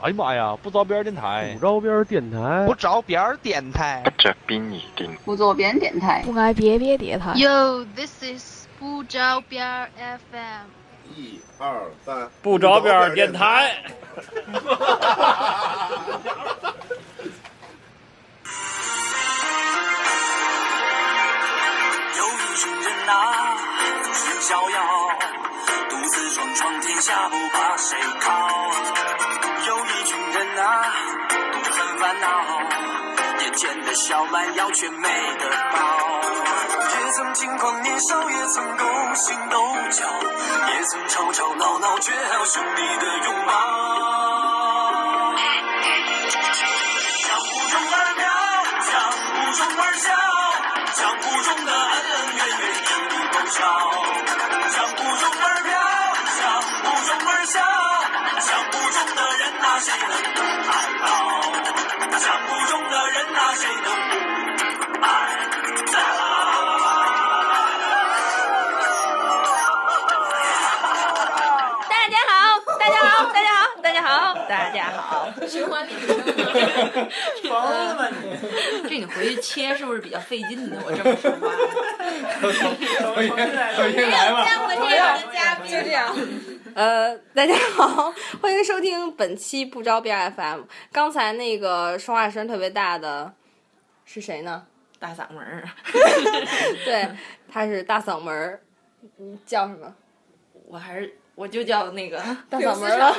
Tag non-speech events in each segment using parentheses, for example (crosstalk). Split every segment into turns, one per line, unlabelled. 哎呀妈呀，不着边儿电台
不，着边儿电台
不，着边儿电台
不，着边儿电
不坐边电台。
不挨别别叠台，
Yo, this is 不着边儿 FM。
一二三，
不着边儿电台。
有一群人啊，很逍遥，独自闯闯天下，不怕谁靠。有一群人啊，独很烦恼，眼前的小蛮腰却没得抱。也曾轻狂年少，也曾勾心斗角，也曾吵吵闹闹，却还有兄弟的拥抱。江湖中的飘，江湖中玩笑，江湖中的恩恩怨怨一笔勾销。江湖中玩飘，江湖中玩笑，江湖中的人呐、谁能不爱到？江湖中的人呐、谁能不爱
大家好，大家好，大家好，大家好，大家好。
循环里程。
疯了 (laughs) 这你回去切是不是比较费劲呢？我这么说话，
没有见
过这样的嘉宾，就这样。
呃，大家好，欢迎收听本期不招 BFM。刚才那个说话声特别大的是谁呢？
大嗓门儿，
(laughs) 对，他是大嗓门儿，嗯叫什么？
我还是我就叫那个
大嗓门儿啊了。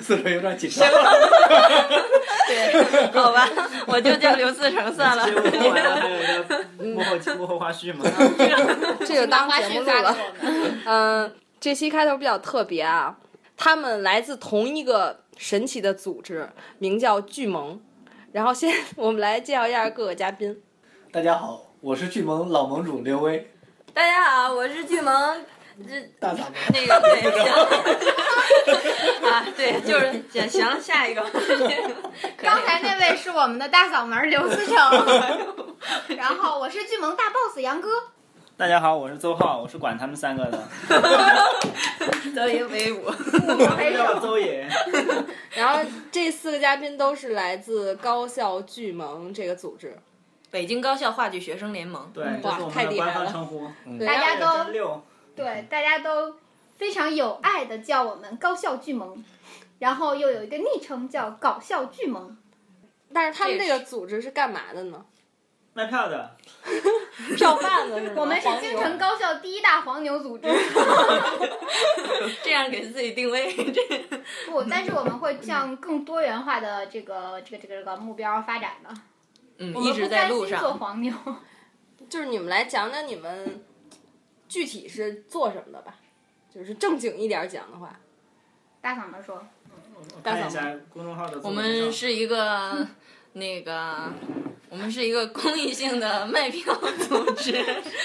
四个有点紧张。
对，好吧，我就叫刘
(laughs)
思成算了。
幕后幕后花絮嘛，
这个当节目录了。嗯，这期开头比较特别啊，他们来自同一个神奇的组织，名叫巨盟。然后先我们来介绍一下各个嘉宾。
大家好，我是巨萌老盟主刘威，
大家好，我是巨萌，
大嗓门。
那个对，行啊，对，就是行，行了，下一个。
刚才那位是我们的大嗓门儿刘 (laughs) 思成，然后我是巨萌大 boss 杨哥。
大家好，我是邹浩，我是管他们三个的。
德云威武，
哎
叫邹野。
(laughs) 然后这四个嘉宾都是来自高校巨盟这个组织。
北京高校话剧学生联盟。
对，这
哇
是我
太
们的
厉害
官方
了
称呼。
对
大家都
真六，
对，大家都非常有爱的叫我们高校巨萌，然后又有一个昵称叫搞笑巨萌。
但是他们这个组织是干嘛的呢？
卖票的，
票贩 (laughs) 子是吗？
我们是
黄牛
京城高校第一大黄牛组织，
这样给自己定位，这
不，但是我们会向更多元化的这个这个这个这个目标发展的。
嗯
我
一
们
直
不
在
甘
路
心做
上。
黄牛。
就是你们来讲讲你们具体是做什么的吧，就是正经一点儿讲的话。
大嗓门说，
我
大
看一
嗓
下公众号的自
我
我介绍。
们是一个那个，我们是一个公益性的卖票组织。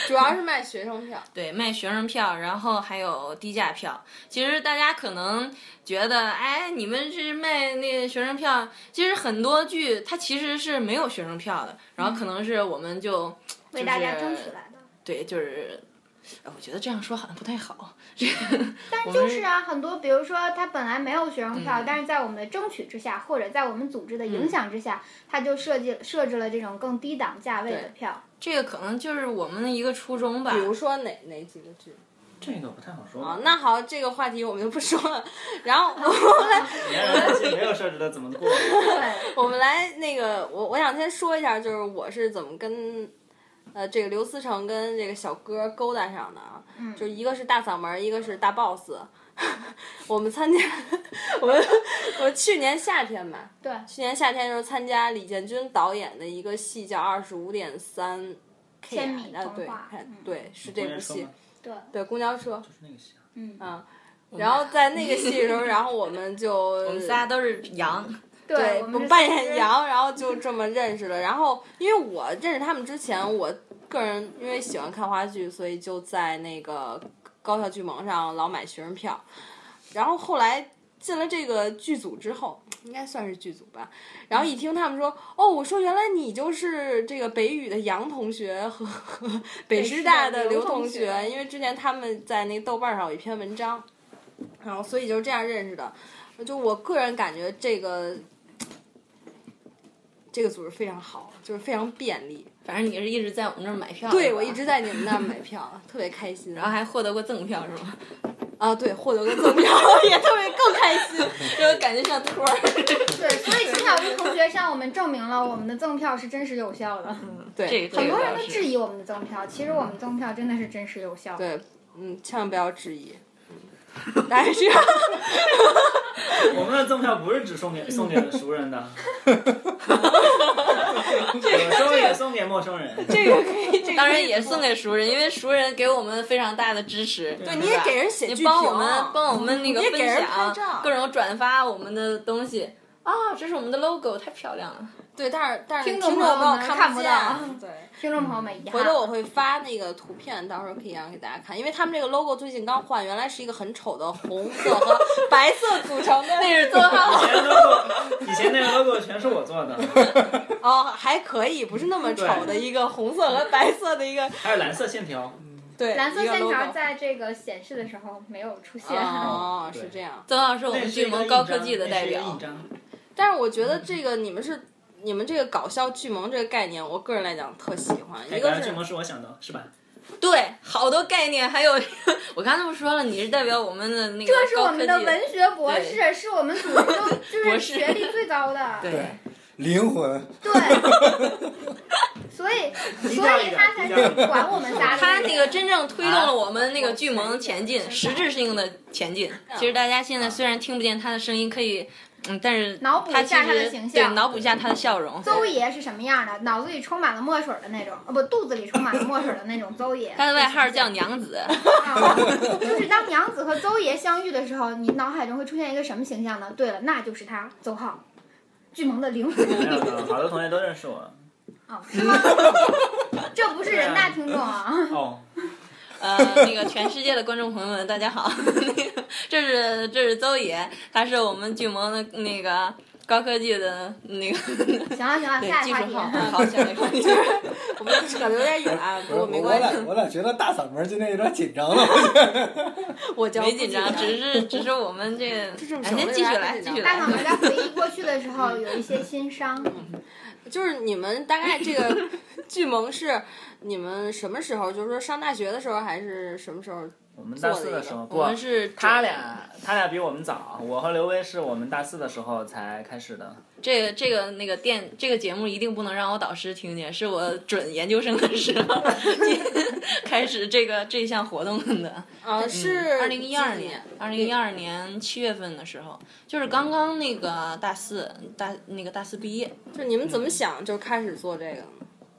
主要是卖学生
(laughs)
票，
对，卖学生票，然后还有低价票。其实大家可能觉得，哎，你们是卖那个学生票，其实很多剧它其实是没有学生票的，然后可能是我们就、
为大家争取来的。
对，就是。哎我觉得这样说好像不太好，
但就是啊，很多比如说他本来没有学生票，
嗯
但是在我们的争取之下，或者在我们组织的影响之下，他就设计设置了这种更低档价位的
对
票。
这个可能就是我们的一个初衷吧。
比如说哪哪几个剧
这个不太好说。
啊？那好，这个话题我们就不说了。然后
(laughs)
我们来，
年人关系没有设置的怎么过？
对，
我们来那个，我我想先说一下，就是我是怎么跟呃这个刘思成跟这个小哥勾搭上的啊。
嗯
就一个是大嗓门儿，一个是大 boss。我们参加， (laughs) 我们我去年夏天吧，
对
去年夏天就是参加李建军导演的一个戏叫《二十五点三 K》
千米
啊，
童
对
话，
看
嗯
对是这部戏，
对，
对公交车，
就是那个戏啊。
嗯，
啊，然后在那个戏的时候，然后我们就我
(laughs) 我们仨都是羊，
对
我们是
扮演
四
羊，然后就这么认识了。然后因为我认识他们之前，我个人因为喜欢看话剧，所以就在那个高校剧盟上老买学生票。然后后来进了这个剧组之后，应该算是剧组吧。然后一听他们说，哦，我说原来你就是这个北语的杨同学和 (laughs) 和北师大的刘同
北师大的刘同
学，因为之前他们在那个豆瓣上有一篇文章，然后所以就是这样认识的。就我个人感觉这个这个组织非常好，就是非常便利。
反正你是一直在我们这儿买票的吧，
对我一直在你 (laughs) 们那儿买票，特别开心。
然后还获得过赠票是吗？ (laughs)
啊，对，获得个赠票 (laughs) 也特别更开心，
就感觉像托儿。
对，所以辛晓琪同学向我们证明了我们的赠票是真实有效的。
(laughs) 嗯对，
这个
很多人
倒
都
是
质疑我们的赠票，其实我们赠票真的是真实有效。
对，嗯，千万不要质疑。嗯，当然是
我们的赠票不是只送给送给熟人
(laughs)
的，有时候也送给陌生人。
这个可以，这个
当然也送给熟人，因为熟人给我们非常大的支持。对，
你也给人写
你
剧
帮
评
我们帮我们那个
你也
分
给人拍
享
照，
各种转发我们的东西。啊，这是我们的 logo，太漂亮了。
对，但是但是
听众
朋友
朋友
们
们
看
看不
见
到
对。
听众朋友们，遗憾
回头我会发那个图片，到时候可以让给大家看，因为他们这个 logo 最近刚换，原来是一个很丑的红色和白色组成的，
那是做
以
号，
前 logo，以前那个 logo 全是我做的，
哦，还可以，不是那么丑的
对
一个红色和白色的一个
还有蓝色线条。
对
蓝色
一个
线
logo
条在这个显示的时候没有出现。
哦，
对
是这样。
(laughs) 曾浩是我
那
们
是一个
巨萌
印
高
章
科技的代
那是一个
表
印。章
但是我觉得这个你们是你们这个搞笑巨萌这个概念，我个人来讲特喜欢，
哎，
一
刚
个
才
是
这萌是我想的，是吧？
对，好多概念，还有 (laughs) 我刚才不说了，你是代表我们的那个
这是我
高科技
们的文学博士，是我们组织
(laughs)
中就
博
是
士
学历最高的。
对。
灵魂，
对，所以所以他才
低调
是
一点低调一点
管我们仨的。
他那个真正推动了我们那个巨萌前进，实质性的前进。其实大家现在虽然听不见他的声音，可以，嗯，但是
脑补一
他其
下他的
实
形
对
象
脑补一下他的笑容。
邹爷是什么样的？脑子里充满了墨水的那种，呃，不，肚子里充满了墨水的那种邹爷。
他的外号叫娘子，
啊 (laughs) 就是当娘子和邹爷相遇的时候，你脑海中会出现一个什么形象呢？对了，那就是他，邹浩，巨萌的灵
(laughs)
(laughs)
没
魂
有，好多同学都认识我。
啊，是吗？ (laughs) 这不是人大听众啊，
哦，
呃，那个全世界的观众朋友们，大家好， (laughs) 那个这是这是邹爷，他是我们巨萌的那个高科技的那个
行了行了，
对
啊下一
技
话
术
题。嗯 (laughs)
好，好，下一个话题。
我们扯的有点远，啊不
我
过没 (laughs) 关系
我，俩我俩觉得大嗓门今天有点紧张了，
我叫
没紧张，只是只是我们这个，
这么
哎，
熟
先
的
继续
人还
来，
紧张
继续
大
来
脑。们在回忆过去的时候有一些心伤，
就是你们大概这个巨萌是你们什么时候？就是说上大学的时候还是什么时候？
我们大四的时候，
我
不，
们是
他俩他俩比我们早，我和刘威是我们大四的时候才开始的。
这个这个那个电这个节目一定不能让我导师听见，是我准研究生的时候
(laughs)
开始这个这项活动的。
啊，是
二零一二
几
年，二零一二年七月份的时候，就是刚刚那个大四大那个大四毕业，
就你们怎么想就开始做这个？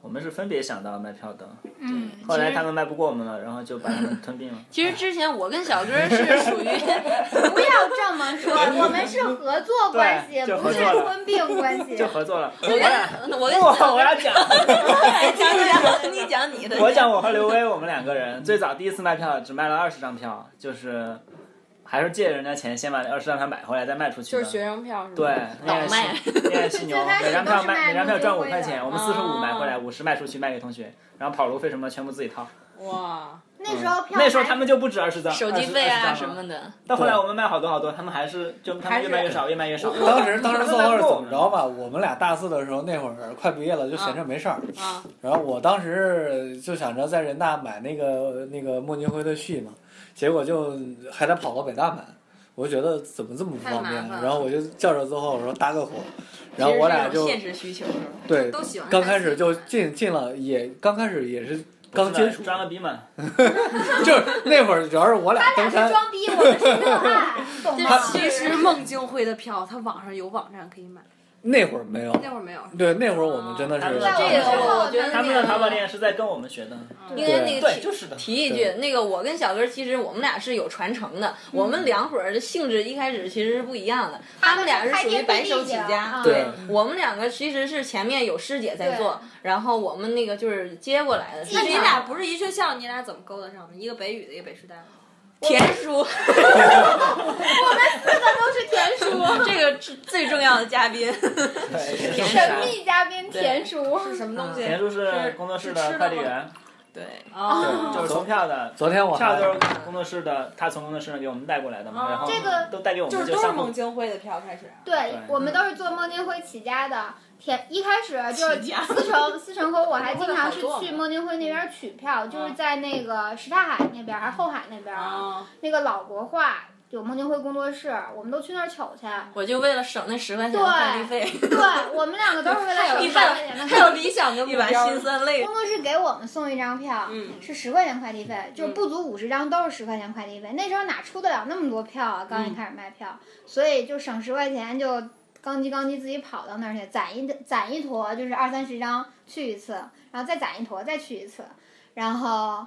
我们是分别想到卖票的，
嗯，
后来他们卖不过我们了，然后就把他们吞并了。
其实之前我跟小哥是属
(laughs)
于
不要这么说，我们是合作关系，
对就
不
合
是
作了
婚病关系。
就合作了。我
我
哎
俩，
跟我跟小
我
哥
我要讲， (laughs)
哎讲讲你讲你的，
我讲我和刘威我们两个人最早第一次卖票只卖了二十张票，就是还是借人家钱先把二十张票买回来再卖出去
就
的。
是学生票是吗？
对，
倒
那个
卖
是那个犀
(laughs)
牛，
最开始
每张票
都是卖
卖每张票赚五块
玫瑰
钱，
的
我们四十
哦
五买回来，五十卖出去卖给同学，然后跑路费什么全部自己掏。
哇，
那时候票
嗯那时候
还
他们就不止二十张，
手机费
20
啊
张
什么。的，
到后来我们卖好多好多，他们还是就他们越卖越少，越卖越少。
当时当时邹浩是怎么着吧？我们俩大四的时候，那会儿快毕业了，就闲着没事儿。
啊
然后我当时就想着在人大买那个那个莫金辉的序嘛，结果就还得跑到北大买，我就觉得怎么这么不方便
太麻
啊？
烦了
然后我就叫着邹浩我说搭个伙，然后我俩就
其实是一种现实需求，
对
都喜欢
刚开始就进进了，也刚开始也是刚接触，
装个逼嘛，
就是那会儿主要是我俩
他俩
登山
是，装逼，我们是
(laughs)
热爱，懂吗？
啊
其实孟京辉的票，他网上有网站可以买，
那会儿没有，
那会儿没有。
对那会儿我们真的
他们
是
的
这个嗯我
我觉得
他们的淘宝店是在跟我们学的。
因为那个
对，
体
就是的。
提一句
对，
那个我跟小哥其实我们俩是有传承
嗯
的，我们两会儿的性质一开始其实是不一样的，他们俩是属于白手起
他们是开天辟地
家
啊，
对我们两个其实是前面有师姐在做
对，
然后我们那个就是接过来的，
那你
是你
你
俩
俩
不
不
是
是一学校，你俩怎么勾搭上的？一个北语的，一个北师大的。
田叔， (laughs)
都是田
(laughs)
叔，
这个是最重要的嘉宾，
对田
田叔
啊
神秘嘉宾田叔。
什么东西？
田叔是
是
工作室
是吃
的
的
快递
吗
员，
(laughs) 对，
嗯
哦
就是投票的。
昨天我
票
还
就是工作室的，他从工作室那给我们带过来的嘛，
哦
然后
这个
都带给我
就
们
是都是
三
孟
个。
京辉的票开始。啊
对
对，
我们都是做孟京辉起家的。天一开始就是
嗯起家
思成，思成和我还经常是
我们好多
去孟京辉那边取票，就是
嗯
在那个什刹海那边还是后海那边，
哦
啊，
那个老国画有孟京辉工作室，我们都去那儿取去。
我就为了省那十块钱的快递费，
对，我们两个都是为了省
一
十
半
块钱的
还有理想跟目
一碗
标哦
辛
酸泪
工作室给我们送一张票，
嗯
是十块钱快递费，就是不足五十张都是十块钱快递费。那时候哪出得了那么多票啊？刚一
嗯
开始卖票，所以就省十块钱就刚叽刚叽自己跑到那儿去攒一攒一坨，就是二三十张去一次，然后再攒一坨再去一次，然后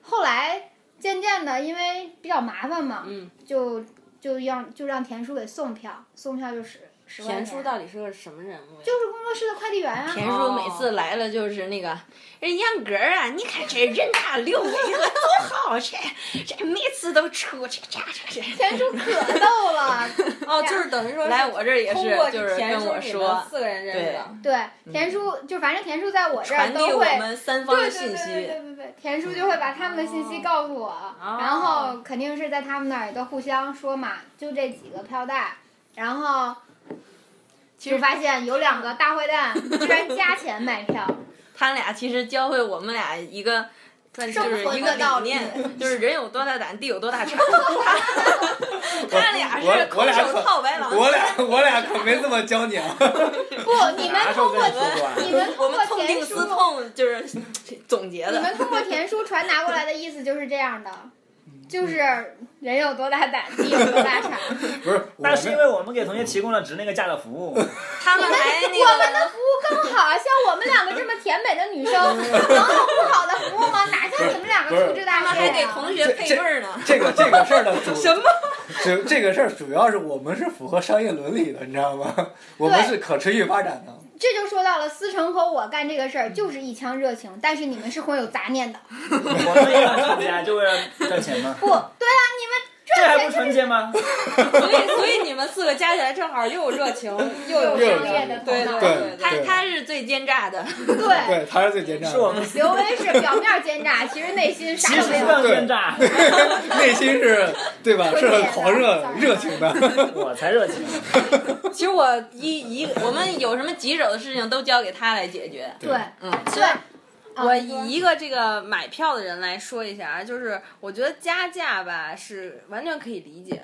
后来渐渐的因为比较麻烦嘛，
嗯
就就让就让田叔给送票，送票就十十块钱。
田叔到底是个什么人物呀？
就是工作室的快递员啊。
田叔每次来了就是那个，哎，杨哥儿啊，你看这人大溜尾了，多好！这这每次都出这这这这。
田叔可逗
(laughs)
了，
哦，就是等于说
来我这儿也
通
是
过，
就是
田
跟
叔
我
你们
说，
四个人认识的，
对，田叔就反正田叔在我这儿
嗯传递
都
我
会。
们三方的
对对
信
对对
息。哦
对对对，田叔就会把他们的信息告诉我，然后肯定是在他们那儿也都互相说嘛，就这几个票代，然后就发现有两个大坏
(laughs)
蛋居然加钱买票，
他俩其实教会我们俩一个，就是一
生
个
存的道
理
理
念，就是人有多大胆，地有多大产。他他俩是
我我
空
俩
手
可
套白狼。
我俩我俩可没这么教你啊！
不，你们
啥时
通
候跟
过
你说过啊？
你
(laughs)
们
我
通过
们痛定
田叔，
思痛，就是总结
你
的。
们通过田叔传达过来的意思就是这
(laughs)
样的，就是
嗯
人有多大胆，地有多大产。
不是，我
那是因
们
为我们给同学提供了值那个价的
(laughs)
服务，
他们还那
我们的
个
服务更好，像我们两个这么甜美的女生，能有不好的服务吗？哪像你们两个素质大啊
他们还给同学配对儿呢。
这个这个事儿的主
什么？
主 (laughs) 这个事儿主要是我们是符合商业伦理的，你知道吗？ (laughs) 我们是可持续发展的。
这就说到了思成和我干这个事儿就是一腔热情，但是你们是会有杂念的。
我们也要参加，就为了挣钱吗？
不对啊，你
这
们
还
热
不
情
纯洁吗？
所以所以你们四个加起来正好又有热
(laughs)
情又有
又商
有热
商
业
情
业
的
的，
头
对
脑。
对
他他是最奸诈的，
(laughs) 对，
对，他是最奸诈
是我
的，
们
刘威是表面奸诈，其实内心
其
啥都
实
没有。
更奸诈，
内心是，对吧？是很狂热、热情的。
我才热
(laughs)
情。
其实我一一我们有什么棘手的事情都交给他来解决。
对，
嗯，
对，
我
啊
以一个这个买票的人来说一下啊，就是我觉得加价吧是完全可以理解，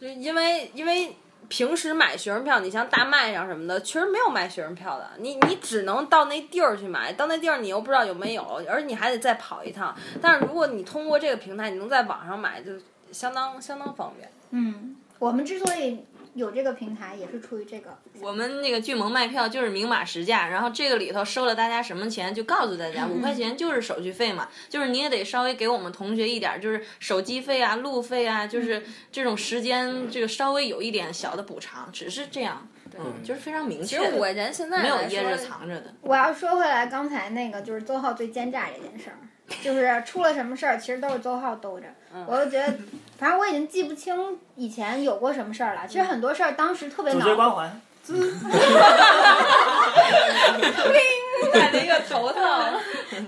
就因为因为平时买学生票，你像大麦啊上什么的，确实没有卖学生票的，你你只能到那地儿去买，到那地儿你又不知道有没有，而你还得再跑一趟。但是如果你通过这个平台，你能在网上买，就相当相当方便。
嗯，我们之所以有这个平台，也是出于这个。
我们那个巨盟卖票就是明码实价，然后这个里头收了大家什么钱就告诉大 (laughs) 家，五块钱就是手续费嘛，就是你也得稍微给我们同学一点儿，就是手机费啊、路费啊，就是这种时间这个稍微有一点小的补偿，只是这样，嗯，就是非常明确
其
的，
实我人现在
没有
来说
掖着藏着的。
我要说回来，刚才那个就是邹浩最奸诈这件事儿，就是出了什么事儿，其实都是邹浩兜着。
嗯
我就觉得，反正我已经记不清以前有过什么事儿了。其实
嗯
很多事儿当时特别
主
恼
角
火，
光环，
戴了一个头套，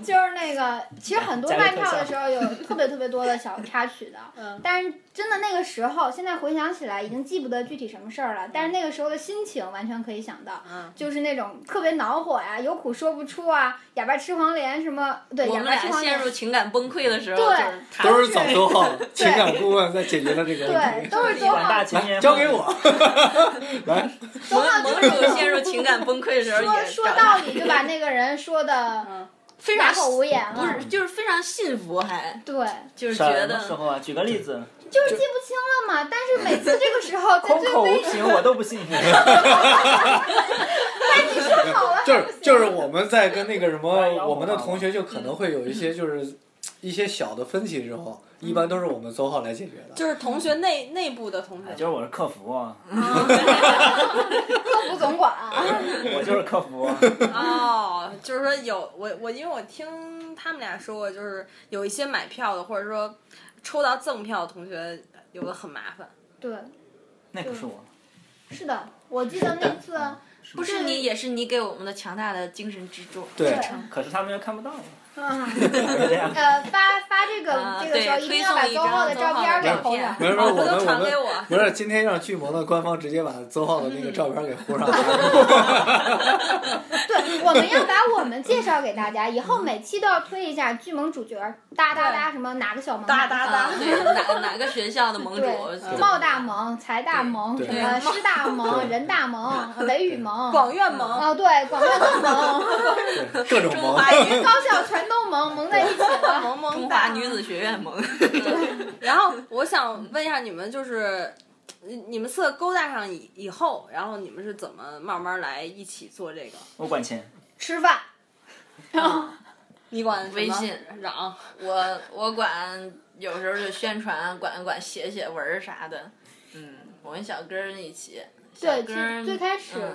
就是那个，其实很多
加个
卖
特
票的
效
时候有特别特别多的小插曲的。
嗯
但是真的那个时候，现在回想起来已经记不得具体什么事儿了，但是那个时候的心情完全可以想到，
嗯
就是那种特别恼火呀、有苦说不出啊，哑巴吃黄连什么，对，
哎
我
哑
们
巴
俩
吃黄
陷
连
入。情感崩溃的时候，
对
就是他
都是早收
(laughs)
好了，情感顾问在解决了这个问
对，
题。
都是
一
周
管
浩
大青年，
交给。我，来，
周浩就
盟
是
主陷入情感崩溃的
(laughs)
时候
说
也
说
找
道
他
理就把那个人说的
非
哑
常
口无言
不
了。
是就是非常信服还。
对，
就是
什
觉
么
得
时候啊？举个例子，
就是记不清了嘛。但是每次这个时候，在
空
最
口
危
无
急，
凭，我都不
(laughs)
信。
你说好了，
就是就是我们在跟那个什么，我们的同学就可能会有一些就是一些小的分歧之后，一般都是我们邹浩来解决的。
就是同学内内部的同
哎
学，
(laughs) 就是我是客服
(laughs)
啊，
客服总管啊，
我就是客服啊。
哦，就是说有我我因为我听他们俩说过，就是有一些买票的或者说抽到赠票的同学有的很麻烦。
对。
那不是我，
是的，我记得那次
不是你也是你给我们的强大的精神支柱。
对
对
可是他们又看不到
(laughs)
我，
啊，
是这样。
呃，发发这个
啊，
这个时候
对，
一定
推
要
送
把
一
周
张
浩的照
的片
片给侯导。
没事没事我们
哦都传给
我
我。
不
(laughs)
是，今天让巨魔的官方直接把邹浩的那个照片给糊上来了。
对，我们要把我们介绍给大家，以后每期都要推一下剧萌主角，哒哒哒什么哪个小萌，
哒
哪
哒
个
啊，对，哪哪个学校的盟主？
对，嗯
(laughs)
茂大萌、财大萌、
对
什么
对
师大萌、
对
人大呃萌、维语萌，
广院盟，
哦对，广院大萌，
(laughs)
对 (laughs) 各种
中
萌，
华女
高校全都萌，萌在一起
(laughs)
了。
萌萌
中
哒
华女子学院盟。
(laughs) 然后我想问一下你们，就是你你们四个勾搭上以以后，然后你们是怎么慢慢来一起做这个？
我管钱，
吃饭，
你管什么
(laughs) 微信
嚷，
我我管有时候就宣传，管管写写文儿啥的。嗯，我跟小哥儿一起。
对，
小
其
哥
实
儿
最开始
嗯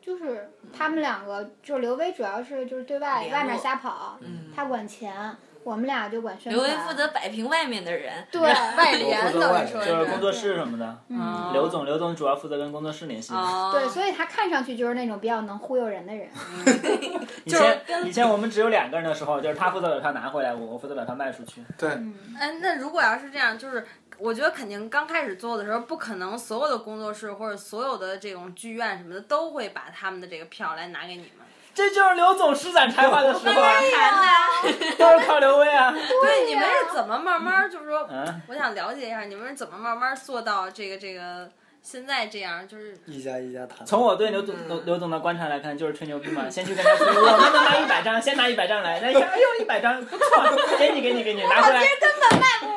就是他们两个，就是刘威主要是就是对外
联络嗯
外面瞎跑，他管钱，我们俩就管宣
刘
传。
维负责摆平外面的人。
对
外
我
联
负责
等
外
于说
联
就是
是
工作室什么的。
嗯
刘总，刘总主要负责跟工作室联系。
哦，
对，所以他看上去就是那种比较能忽悠人的人。
以前以前我们只有两个人的时候，就是他负责把票拿回来，我我负责把票卖出去。
对，
嗯
嗯
哎，那如果要是这样，就是我觉得肯定刚开始做的时候，不可能所有的工作室或者所有的这种剧院什么的都会把他们的这个票来拿给你们。
这就是刘总施展才华的时候啊， (laughs)
(laughs) 谈的，
都是靠刘威啊。
对，你们是怎么慢慢就是说，
嗯，
我想了解一下你们是怎么慢慢做到这个这个现在这样，就是
一家一家谈。
从我对刘总刘刘总的观察来看，就是吹牛逼嘛。先去跟他说，我们能拿一百张，先拿一百张来。那一看，哎呦，一百张不错，给你给你给你，拿回来。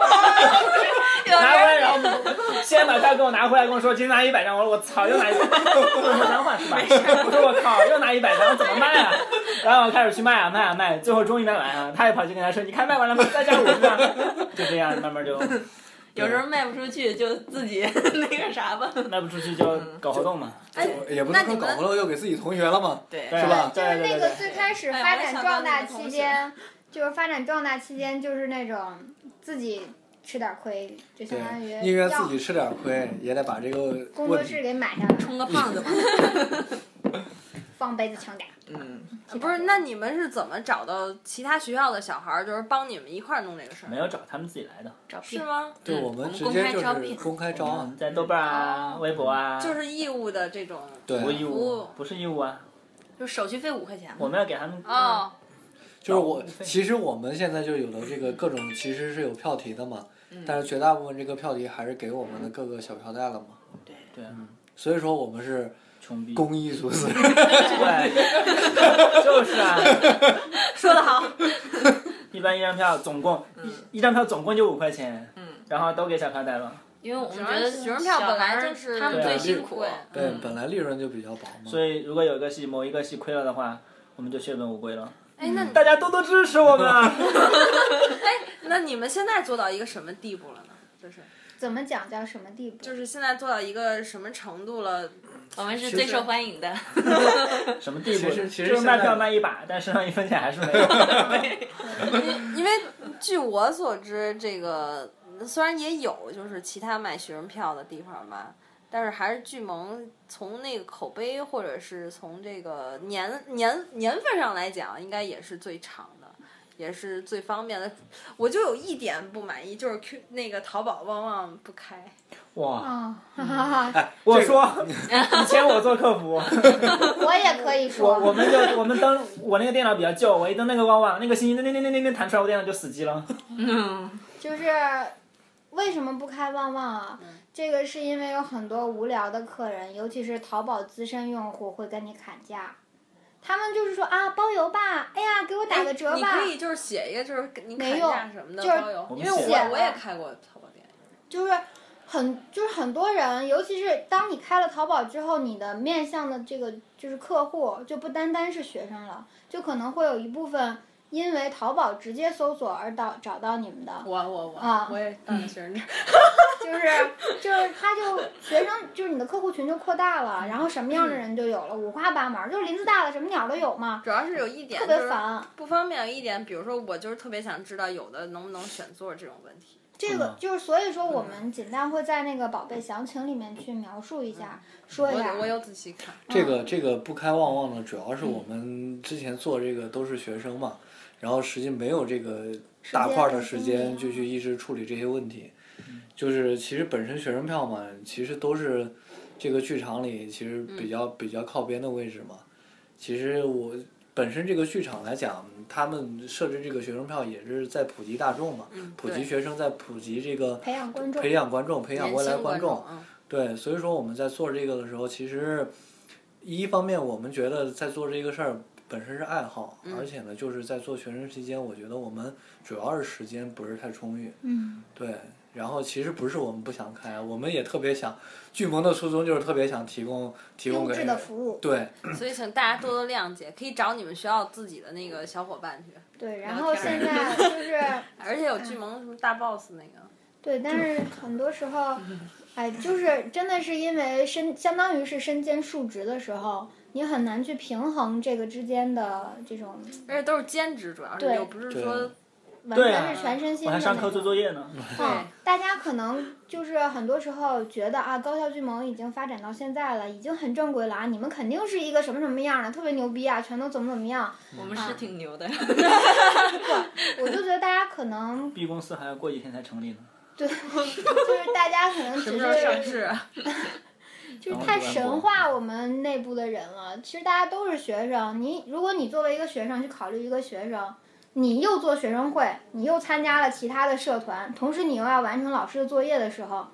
(laughs) 拿回来，然后先把票给我拿回来，跟我说今天拿一百张，我说我操，又拿一百张，有想法是吧？我说我靠，又拿一百张，怎么卖啊？然后我开始去卖啊卖啊卖，最后终于卖完啊，他也跑去跟他说，你看卖完了吗？再加五十张，就这样慢慢就
嗯
有时候卖不出去就自己 (laughs) 那个啥吧。
卖不出去，就搞活动嘛，
也不
那
能说
你
搞
们
不漏又给自己同学了嘛。
对
对
嗯
啊
是吧
就是那
对对
个
对
最开始
哎
发
我也
展
想
壮
当那
大
个
期
同学
间，就是发展壮大期间，就是那种自己吃点亏，就相
对
当于，
宁愿
要
自己吃点亏，也得把这个
工作
问
室
题。
给买下来，
充个胖子吧。
放杯子强点儿。
不是？那你们是怎么找到其他学校的小孩儿，就是帮你们一块儿弄这个事
没
儿？
有找他们自己来的，
招
是
聘
吗？
对
嗯
我
我们
们直
公
接
开
就
招
是
聘
公开招啊，
嗯
哦
在豆瓣啊、微博啊，
就是义务的这种
对，
不义
服务
务，不是义务啊，
就手续费五块钱嘛。
我们要给他们
哦，
就是我
找付费
其实我们现在就有了这个各种其实是有票题的嘛，
嗯
但是绝大部分这个票题还是给我们的各个小票代了嘛，啊
对
所以说我们是
穷逼，
公益组
(laughs)
织，
对， (laughs) 就是啊。
说得好，
一般一张票总共、一一张票总共就五块钱，嗯，然后都给小票代了，
因为 (laughs) 我们
主
觉
要
得
是学生票
小
本来
孩儿
就是
他们
对
最
啊
辛苦
对，
对，本来利润就比较薄嘛。
所以如果有一个戏某一个戏亏了的话，我们就血本无归了。
哎，那
大家多多支持我们啊！
那你们现在做到一个什么地步了呢？就是
怎么讲叫什么地
(laughs)
步？
就是现在做到一个什么程度了？
我们是最受欢迎的。
什么地步？
其实其实
就是卖
现
票
在
卖一把，但身上一分钱还是没有。
因为据我所知，这个虽然也有就是其他卖学生票的地方吧，但是还是巨盟从那个口碑或者是从这个年年年份上来讲，应该也是最长的。也是最方便的，我就有一点不满意，就是 Q 那个淘宝旺旺不开，
哇！
啊、哈哈哈，
我说，以前我做客服，
我也可以说，
我我们就我们登我那个电脑比较旧，我一登那个汪汪，那个星星那那那那那弹出来，我电脑就死机了。
嗯，
就是为什么不开旺旺啊？这个是因为有很多无聊的客人，尤其是淘宝资深用户会跟你砍价，他们就是说啊包邮吧，哎呀给我打个折
你
吧，
可以就是写一个，就是你砍
没用
价什么的
就是
包邮，因
们
为
写
我
了
我也开过淘宝店，
就是很嗯就是很多人，尤其是当你开了淘宝之后，你的面向的这个就是客户就不单单是学生了，就可能会有一部分因为淘宝直接搜索而到找到你们的，
我我我、
啊
我也当了学
(laughs)
生证。
就是就是他就学生就是你的客户群就扩大了，然后什么样
嗯
的人就有了，五花八门，就是林子大了什么鸟都有嘛，
主要是有一点
特
就
别
是
烦。
不方便，有一点，比如说我就是特别想知道有的能不能选座这种问题。
这
会
个
吗
就是，所以说
嗯
我们尽量会在那个宝贝详情里面去描述一下，说一下
嗯我。我有仔细看，
这个这个不开旺旺呢，主要是我们之前做这个都是学生嘛，然后实际没有这个大块儿的时间就去一直处理这些问题，就是其实本身学生票嘛，其实都是这个剧场里其实比较比较靠边的位置嘛。其实我本身这个剧场来讲，他们设置这个学生票也是在普及大众嘛，普及
对
学生，在普及这个
培养观众
培养观众，培养未哎来
新观
众。
嗯
对，所以说我们在做这个的时候，其实一方面我们觉得在做这个事儿本身是爱好，
嗯
而且呢，就是在做学生期间，我觉得我们主要是时间不是太充裕。
嗯，
对，然后其实不是我们不想开，我们也特别想，巨萌的初衷就是特别想提供提供
优
给
质的服务。
对
所以请大家多多谅解，可以找你们学校自己的那个小伙伴去，
对，然
聊
后
天
现
儿
在就是
而且有巨萌什么大 boss 那个，
对，但是很多时候，哎，就是真的是因为身相当于是身兼数职的时候，你很难去平衡这个之间的这种
而且都是兼职，主要是
对
又不是说
完
对
全
啊
是全身心
我
的那
还
种。
上课做作业呢。
嗯，大家可能就是很多时候觉得啊，高校巨萌已经发展到现在了，已经很正规了啊，你们肯定是一个什么什么样的，特别牛逼啊，全都怎么怎么样。
我们是挺牛的，
我就觉得大家可能
B 公司还要过几天才成立呢。
对， (laughs) 就是大家可能只
什么时候上
是
啊
市？
就是太神化我们内部的人了。其实大家都是学生，你如果你作为一个学生去考虑一个学生。你又做学生会，你又参加了其他的社团，同时你又要完成老师的作业的时候，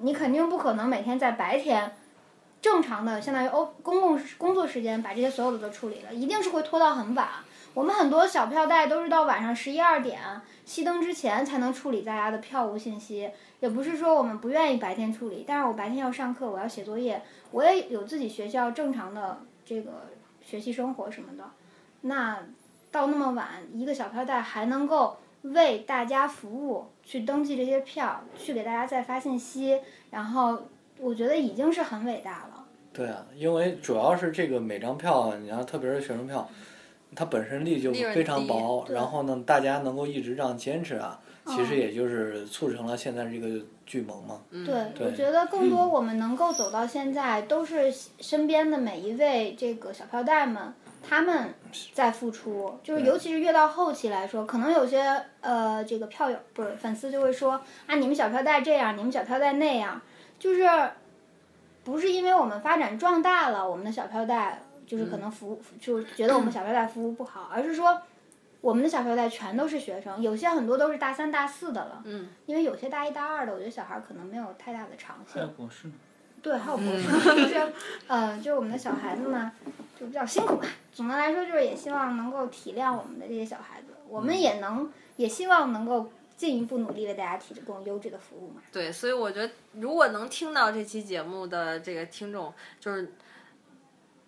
你肯定不可能每天在白天正常的，相当于哦公共时工作时间把这些所有的都处理了，一定是会拖到很晚。我们很多小票代都是到晚上十一二点熄灯之前才能处理大家的票务信息，也不是说我们不愿意白天处理，但是我白天要上课，我要写作业，我也有自己学校正常的这个学习生活什么的。那到那么晚，一个小票代还能够为大家服务，去登记这些票，去给大家再发信息，然后我觉得已经是很伟大了。
对啊，因为主要是这个每张票啊，你像特别是学生票，它本身力就
利润
非常
低
薄，
对
然后呢，大家能够一直这样坚持啊，其实
嗯
也就是促成了现在这个巨萌嘛。
嗯
对，
对
我觉得更多我们能够走到现在，都是身边的每一位这个小票代们，他们在付出，就是
对
尤其是越到后期来说，可能有些呃这个票友不是粉丝就会说啊，你们小票代这样，你们小票代那样，就是不是因为我们发展壮大了，我们的小票代就是可能服务、就是觉得我们小票代服务不好，而是说。我们的小票代全都是学生，有些很多都是大三、大四的了。
嗯，
因为有些大一、大二的，我觉得小孩儿可能没有太大的长
还有嗯
性。
博士呢。
对，还有博士，就是，呃，就是我们的小孩子们就比较辛苦吧。总的来说，就是也希望能够体谅我们的这些小孩子，我
嗯
们也能，也希望能够进一步努力为大家提供优质的服务嘛。
对，所以我觉得，如果能听到这期节目的这个听众，就是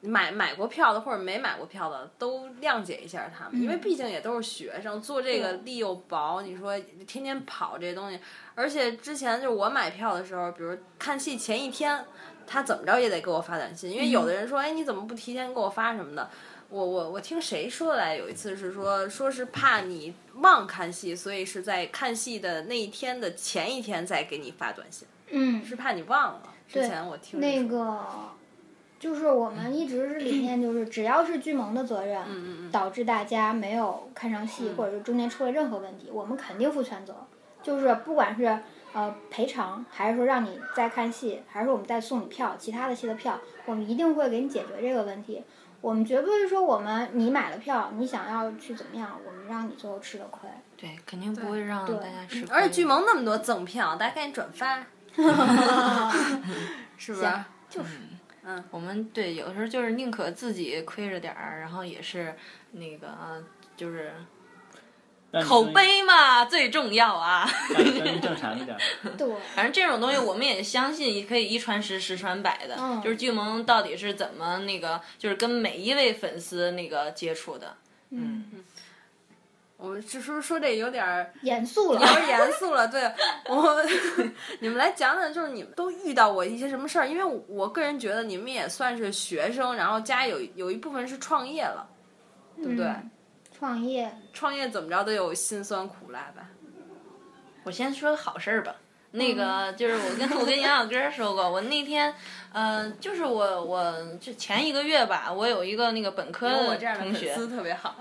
买买过票的或者没买过票的，都谅解一下他们，因为毕竟也都是学生，做这个
嗯对
力又薄，你说天天跑这些东西，而且之前就是我买票的时候，比如看戏前一天，他怎么着也得给我发短信，因为
嗯
有的人说，哎，你怎么不提前给我发什么的。我我我听谁说来？有一次是说说是怕你忘看戏，所以是在看戏的那一天的前一天再给你发短信，
嗯，
是怕你忘了。之
对
前我听人
那
说
个，就是我们一直是理念，就是只要是巨萌的责任，导致大家没有看上戏，或者是中间出了任何问题，我们肯定负全责。就是不管是呃赔偿，还是说让你再看戏，还是说我们再送你票，其他的戏的票，我们一定会给你解决这个问题。我们绝不会说我们你买了票，你想要去怎么样，我们让你最后吃了亏。
对，肯定不会让
对大家
吃而且巨萌那么多赠票，大家赶紧转 (laughs) 发，是不是？
行就是，
我们对有时候就是宁可自己亏着点儿，然后也是那个就是
让你
口
声音
碑嘛最重要啊。 (laughs)
让你声音正常一点。
对， (laughs)
反正这种东西我们也相信，可以一传十，十传百的。
嗯
就是巨萌到底是怎么那个，就是跟每一位粉丝那个接触的。
嗯，
我们是不是说这有点儿 (laughs)
严肃了，
有点严肃了？对我，你们来 (laughs) 讲讲，就是你们都遇到过一些什么事儿？因为我个人觉得你们也算是学生，然后家有有一部分是创业了，对
对
不对？
嗯创业，
创业怎么着都有辛酸苦辣吧？我先说个好事儿吧。那个
嗯
就是我跟我跟杨小哥说过，我那天，呃，就是我我就前一个月吧，我有一个那个本科
我
的
这样的
嗯同
粉
学，
丝特别
(laughs)
好，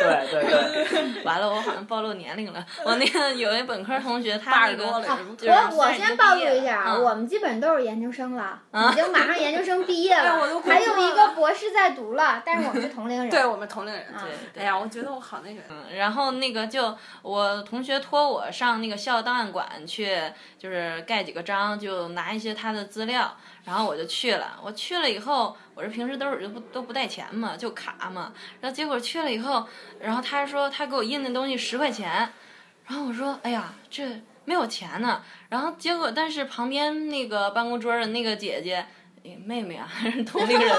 对对对，
完了我好像暴露年
(laughs)
龄了。我那个有一本科同学，
八
他那
十
个
多了，有什么可
就是
啊我我先暴露一下啊，
嗯啊
我们基本都是研究生了，已经马上研究生毕业
哎我
了
都，快
还有一个博士在读了，但是我们是同龄人。
对我们同龄人，
(laughs) 对
哎
对嗯
呀，我觉得我好那个，
然后那个就我同学托我上那个校档案馆去，就是盖几个章，就拿一些他的资料，然后我就去了。我去了以后，我这平时兜里就不都不带钱嘛，就卡嘛。然后结果去了以后，然后他说他给我印的东西十块钱，然后我说哎呀这没有钱呢。然后结果但是旁边那个办公桌的那个姐姐。哎妹妹啊， (laughs) 还是同龄人，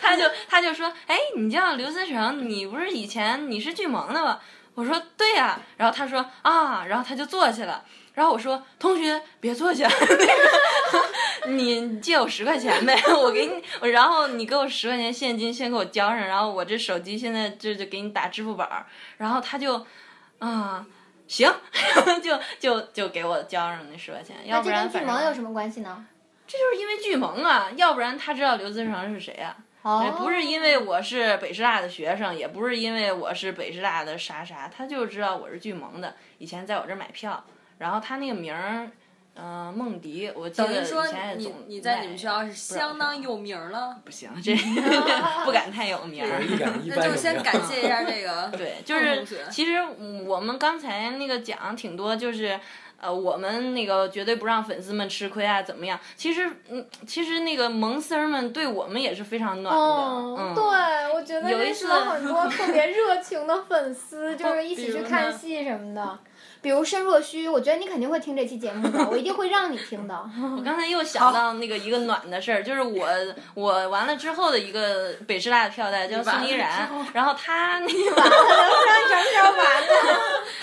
他就他就说，哎，你叫刘思成，你不是以前你是巨萌的吗？我说对呀、然后他说啊，然后他就坐下了，然后我说同学别坐下， (laughs) 你借我十块钱呗，我给你，我然后你给我十块钱现金先给我交上，然后我这手机现在这就给你打支付宝儿，然后他就啊。行， (laughs) 就就就给我交上那十块钱，要
那
不
这
然
跟
反
巨
正
萌有什么关系呢？
这就是因为巨萌啊，要不然他知道刘思成是谁啊？哎
哦，
不是因为我是北师大的学生，也不是因为我是北师大的啥啥，他就知道我是巨萌的。以前在我这儿买票，然后他那个名儿，嗯、孟迪，我记
等
得
于说
以前也
你
总
你在你们学校是相当有名儿了，
不行，这 (laughs) 不敢太有名儿。
一
(laughs)
感一
那
般
就先感谢一下这
(laughs)
个，
对，就
同
是
学
其实嗯我们刚才那个讲挺多，就是呃，我们那个绝对不让粉丝们吃亏啊，怎么样？其实嗯，其实那个萌丝儿们对我们也是非常暖的，
哦
嗯，，
对，我觉得
有一
认识
次
了很多特别热情的粉
(laughs)
丝，就是一
比
起
如
去
呢
看戏什么的。
比如申若虚，我觉得你肯定会听这期节目的，我一定会让你听的。
我刚才又想到那个一个暖的事儿，就是我我完了之后的一个北师大的票代叫宋依然，然后他那个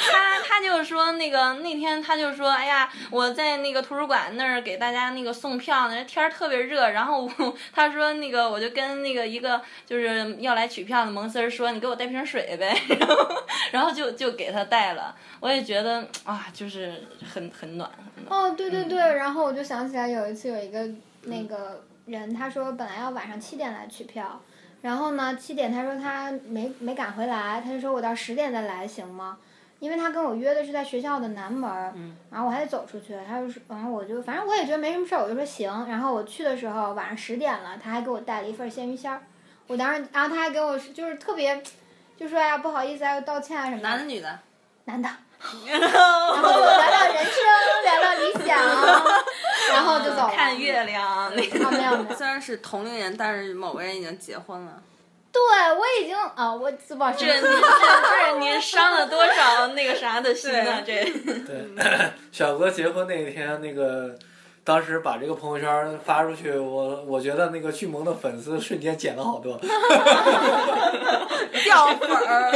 他他就说那个那天他就说，哎呀，我在那个图书馆那儿给大家那个送票呢，天儿特别热，然后我他说那个我就跟那个一个就是要来取票的萌丝儿说，你给我带瓶水呗， (laughs) 然后然后就就给他带了，我也觉得啊，就是很很暖，很暖
哦，对对对，然后我就想起来有一次有一个那个人，他说本来要晚上七点来取票，然后呢七点他说他没没赶回来，他就说我到十点再来行吗？因为他跟我约的是在学校的南门儿，然后我还得走出去，他就说，然后我就反正我也觉得没什么事儿，我就说行。然后我去的时候晚上十点了，他还给我带了一份鲜鱼馅儿，我当时，然后他还给我就是特别，就说呀、不好意思啊，要道歉啊什么的。
男的女的，
男的。然后就聊聊
(laughs)
人生，聊聊理想，然后就走了。
看月亮那个。
啊，没有
(laughs)
没有。
虽然是同龄人，但是某个人已经结婚了，
对，我已经啊，我自暴自
这
弃。
您这 (laughs) 这您伤了多少那个啥的心啊？这
(laughs) 小哥结婚那一天，那个当时把这个朋友圈发出去，我我觉得那个巨萌的粉丝瞬间减了好多。
掉粉儿，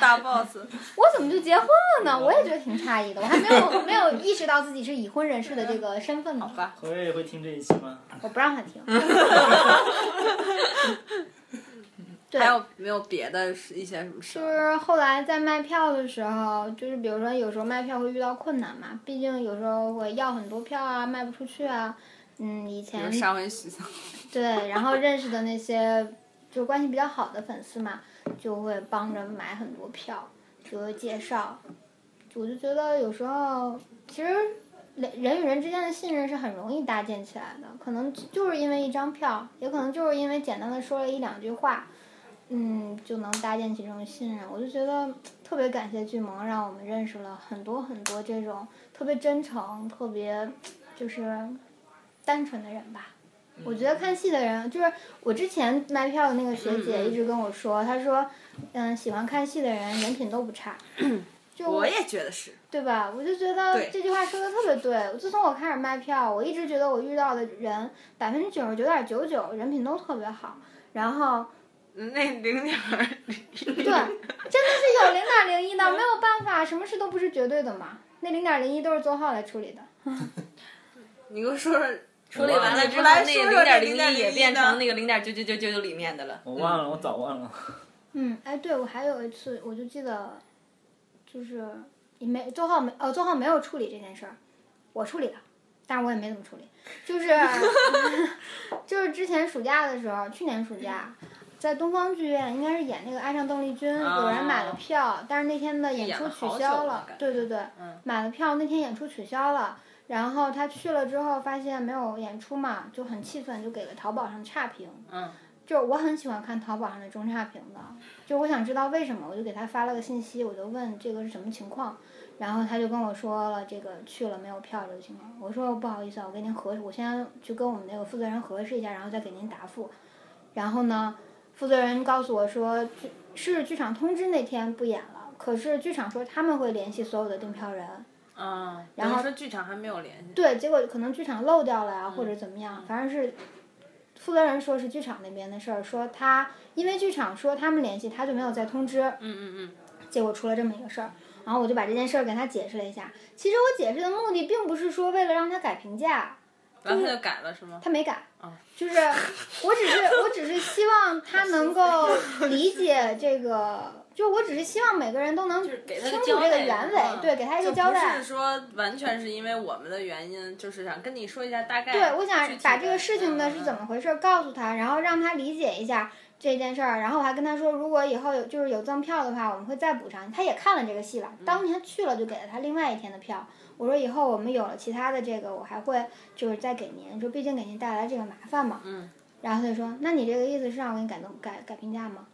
大 boss，
我怎么就结婚了呢？我也觉得挺诧异的，我还没有没有意识到自己是已婚人士的这个身份呢。
吧，
何瑞会听这一期吗？
我不让他
(laughs)
听。对
还有没有别的一些什么事
就
儿？
是后来在卖票的时候，就是比如说有时候卖票会遇到困难嘛，毕竟有时候会要很多票啊，卖不出去啊。嗯，以
比
前
如上回许嵩，
对，然后认识的那些就关系比较好的粉丝嘛，就会帮着买很多票，就会介绍。我就觉得有时候其实人人与人之间的信任是很容易搭建起来的，可能就是因为一张票，也可能就是因为简单的说了一两句话，嗯，就能搭建起这种信任。我就觉得特别感谢巨萌，让我们认识了很多很多这种特别真诚、特别就是单纯的人吧。
嗯
我觉得看戏的人，就是我之前卖票的那个学
嗯
姐一直跟我说，她说，嗯，喜欢看戏的人人品都不
(clears throat)
差，就
我也觉得是，
对吧？我就觉得
对
这句话说的特别对。自从我开始卖票，我一直觉得我遇到的人百分之九十九点九九人品都特别好，然后
那零点儿
对，真的是有零点零一的，没有办法，什么事都不是绝对的嘛。那零点零一都是做号来处理的。
你给我说说，
处理完了之后，
来
那
说
零
说这
点零
0.01
一也变
呢
成那个零点九九九九九里面的了。
我忘
嗯
了，我早忘了。
嗯，哎，对，我还有一次，我就记得，就是也没周浩没哦，周浩没有处理这件事儿，我处理了，但是我也没怎么处理，就是 (laughs) 就是之前暑假的时候，去年暑假。在东方剧院应该是演那个《爱上邓丽君》，
哦
有人买了票，但啊是那天的演
演
出
了好
取
久
消
了感觉嗯
对对对，买了票那天演出取消了，然后他去了之后发现没有演出嘛，就很气愤，就给了淘宝上差评。
嗯，
就是我很喜欢看淘宝上的中差评的，就是我想知道为什么，我就给他发了个信息，我就问这个是什么情况，然后他就跟我说了这个去了没有票这个情况。我说不好意思啊，我跟您核，我先去跟我们那个负责人核实一下，然后再给您答复。然后呢，负责人告诉我说，剧是剧场通知那天不演了，可是剧场说他们会联系所有的订票人。
嗯，
然
然
后
后说剧场还没有联系，
对，结果可能剧场漏掉了呀、或者
嗯
怎么样，反正是负责人说是剧场那边的事儿，说他因为剧场说他们联系，他就没有再通知。
嗯嗯
结果出了这么一个事儿，然后我就把这件事儿给他解释了一下。其实我解释的目的并不是说为了让他改评价，
嗯，然后他就改了是吗？
他没改，
啊
就是我只是我只是希望他能够 (laughs) 理解这个，就我只是希望每个人都能
就是给
清
他个
楚
交
这个
代
原委，
嗯
对，给他一
就
个交代。
不是说完全是因为我们的原因，就是想跟你说一下大概。
对，我想把这个事情
嗯
呢是怎么回事告诉他，然后让他理解一下这件事儿。然后我还跟他说，如果以后有就是有赠票的话，我们会再补偿。他也看了这个戏了，
嗯
当天去了就给了他另外一天的票。我说以后我们有了其他的这个，我还会就是再给您，说毕竟给您带来这个麻烦嘛。
嗯。
然后他就说：“那你这个意思是让我给你改动改改评价吗？”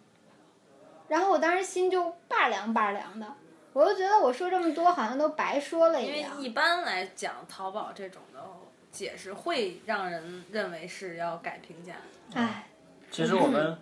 然后我当时心就拔凉拔凉的，我就觉得我说这么多好像都白说了
因
一
为
样。
一般来讲，淘宝这种的解释会让人认为是要改评价。
唉，
其实我们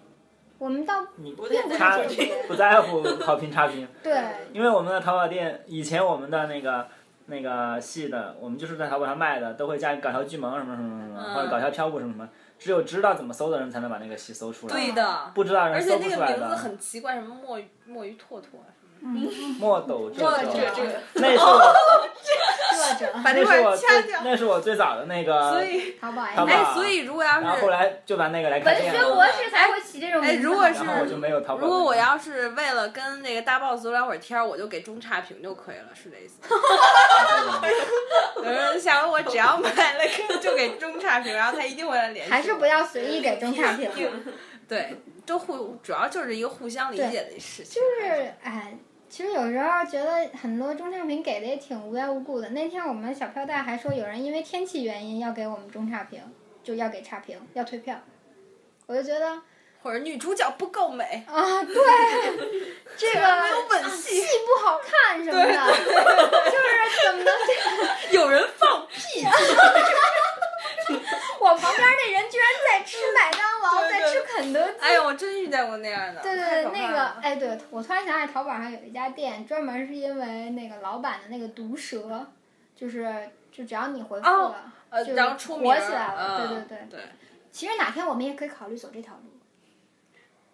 我们倒
你
并不是
他
这些
不在乎好评差
(laughs)
评，
对。
因为我们的淘宝店以前我们的那个那个戏的，我们就是在淘宝上卖的，都会加搞笑剧萌什么什么什么，
嗯
或者搞笑飘舞什么什么，只有知道怎么搜的人才能把那个戏搜出来，
对的，
不知道人
而
搜
且
不
那
出
个
来
名字
的。
很奇怪，什么墨鱼墨鱼拓拓啊什么
嗯
墨斗这
的。
这这
(laughs)
个，那是我
作者，
把
啊那是我
掐
最
掉。
那是我最早的那个，
(laughs) 所以，
淘宝呀
淘宝
哎，所以如果要
然后
是
后来就把那个来看
文
电
学
了，
博士才会起这种名字。
哎，如果是
然后我就没有淘宝。
如果我要是为了跟那个大 boss 聊会儿天儿，我就给中差评就可以了，是这意思吗。有人想我只要买了个就给中差评，然后他一定会来联系我。
还是不要随意给中差 (laughs) 评，就
对，都互主要就是一个互相理解的事情。
是哎。其实有时候觉得很多中差评给的也挺无缘无故的。那天我们小票大还说有人因为天气原因要给我们中差评，就要给差评，要退票。我就觉得 (laughs)
或者女主角不够美，
啊，对，这
没有
个啊
吻戏
戏，不好看什么的， (laughs) 就是怎么能这样？
有人放屁，
我旁边那人居然在吃麦当劳，
对对
在吃肯德基。
哎呀，我真遇见过那样的。
对
太
对
可
对，
怕
那个
了
哎，对我突然想起淘宝上有一家店，专门是因为那个老板的那个毒舌，就是就只要你回复了，
哦呃，
就是
然后出名
火
儿
起来了
嗯
对对
对，
其实哪天我们也可以考虑走这条路，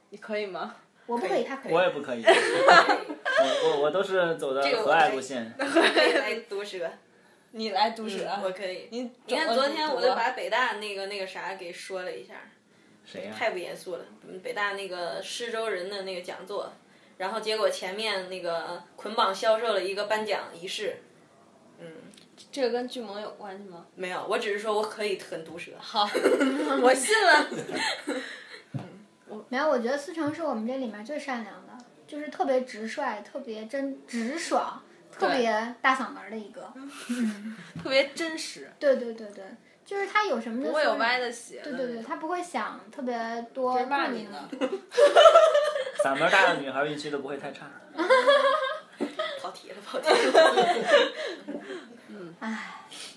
你可以吗？
我不可以，他可以。
(laughs) 我也不可以，我我我都是走的和蔼路线。
来毒舌，
你来啊毒舌，
嗯我可以。
你
你看昨天我就啊
就
把北大那个那个啥给说了一下，
谁呀、
太不严肃了。嗯北大那个施州人的那个讲座，然后结果前面那个捆绑销售了一个颁奖仪式。嗯，
这个跟巨萌有关系吗？
没有，我只是说我可以很毒舌。
好，
(laughs)
我信了。
没有，我觉得思成是我们这里面最善良的，就是特别直率，特别真直爽，特别大嗓门儿的一个。
嗯特别真实，
对对对对，就是他有什么就
不会有
说什么
歪的斜的
对
那种。
对对，他不会想特别多
谁骂
顾
你
呢
呢。 (laughs)
嗓门大的女孩运气都不会太差。
跑题了，跑题了。
唉，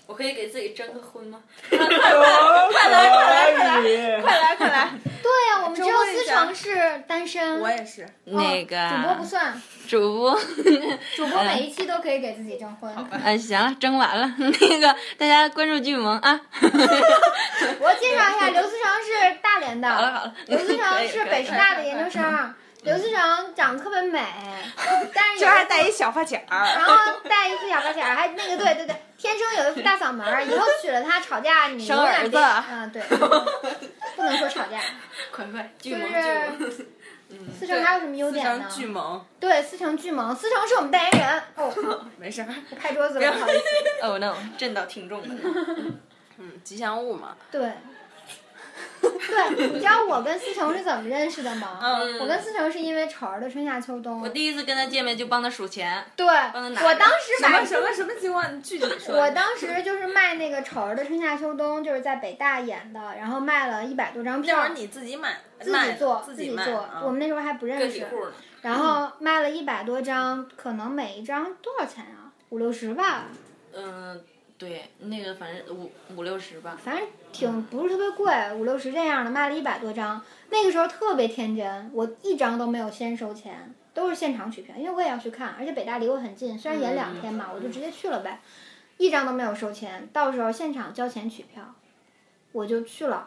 我 (laughs) 可以给自己征个婚吗？
快来快来快来！
快来快来，
对啊呀、我们只有
哎周慧
思
想
成是单身。
我也是。
那个主播不算，
(laughs) 主播，
主播每一期都可以给自己征婚。
哎，行了，争完了。 (laughs) 那个大家关注巨萌啊！
我介绍一下，刘思成是大连的，
好了好了，
(laughs)
嗯
刘思成是北师大的研究
(laughs)
生，刘思成长得特别美，但是有一
带一小发卡儿。
然后戴一副小发卡，还那个对对
(laughs)
对，天生有一副大嗓门儿，以后娶了她吵架你
生
永远
儿
别
子 (laughs)
嗯对，不能说吵架，
快快，
就
巨萌巨萌！
是思成还有什么优
非
点
常
呢？
嗯巨
(laughs)
萌，
对，思成巨萌，思成是我们代言人。哦，
(laughs) 没事儿。
我拍桌子了，不好意思。
Oh no，震到听众们。
(laughs) 嗯，吉祥物嘛，
对，对，你知道我跟思成是怎么认识的吗？
嗯
我跟思成是因为潮儿的春夏秋冬
我。第一次跟他见面就帮他数钱，
对，
他拿
我当时
嗯什
买
么什么什么情况？你具体说。
我当时就是卖那个丑儿的春夏秋冬，就是在北大演的，然后卖了一百多张
那会
票
儿。你自己买，
自
卖
己做，
自
己
卖
做，
啊
我们那时候还
个
不认
体
识。
户呢，
然后卖了一百多张，可能每一张多少钱啊？五六十吧，
嗯，对，那个反正五五六十吧。
反正哎挺不是特别贵，五六十这样的，卖了一百多张。那个时候特别天真，我一张都没有先收钱，都是现场取票，因为我也要去看，而且北大离我很近，虽然
嗯
演两天嘛，我就直接去了呗，一张都没有收钱，到时候现场交钱取票，我就去了，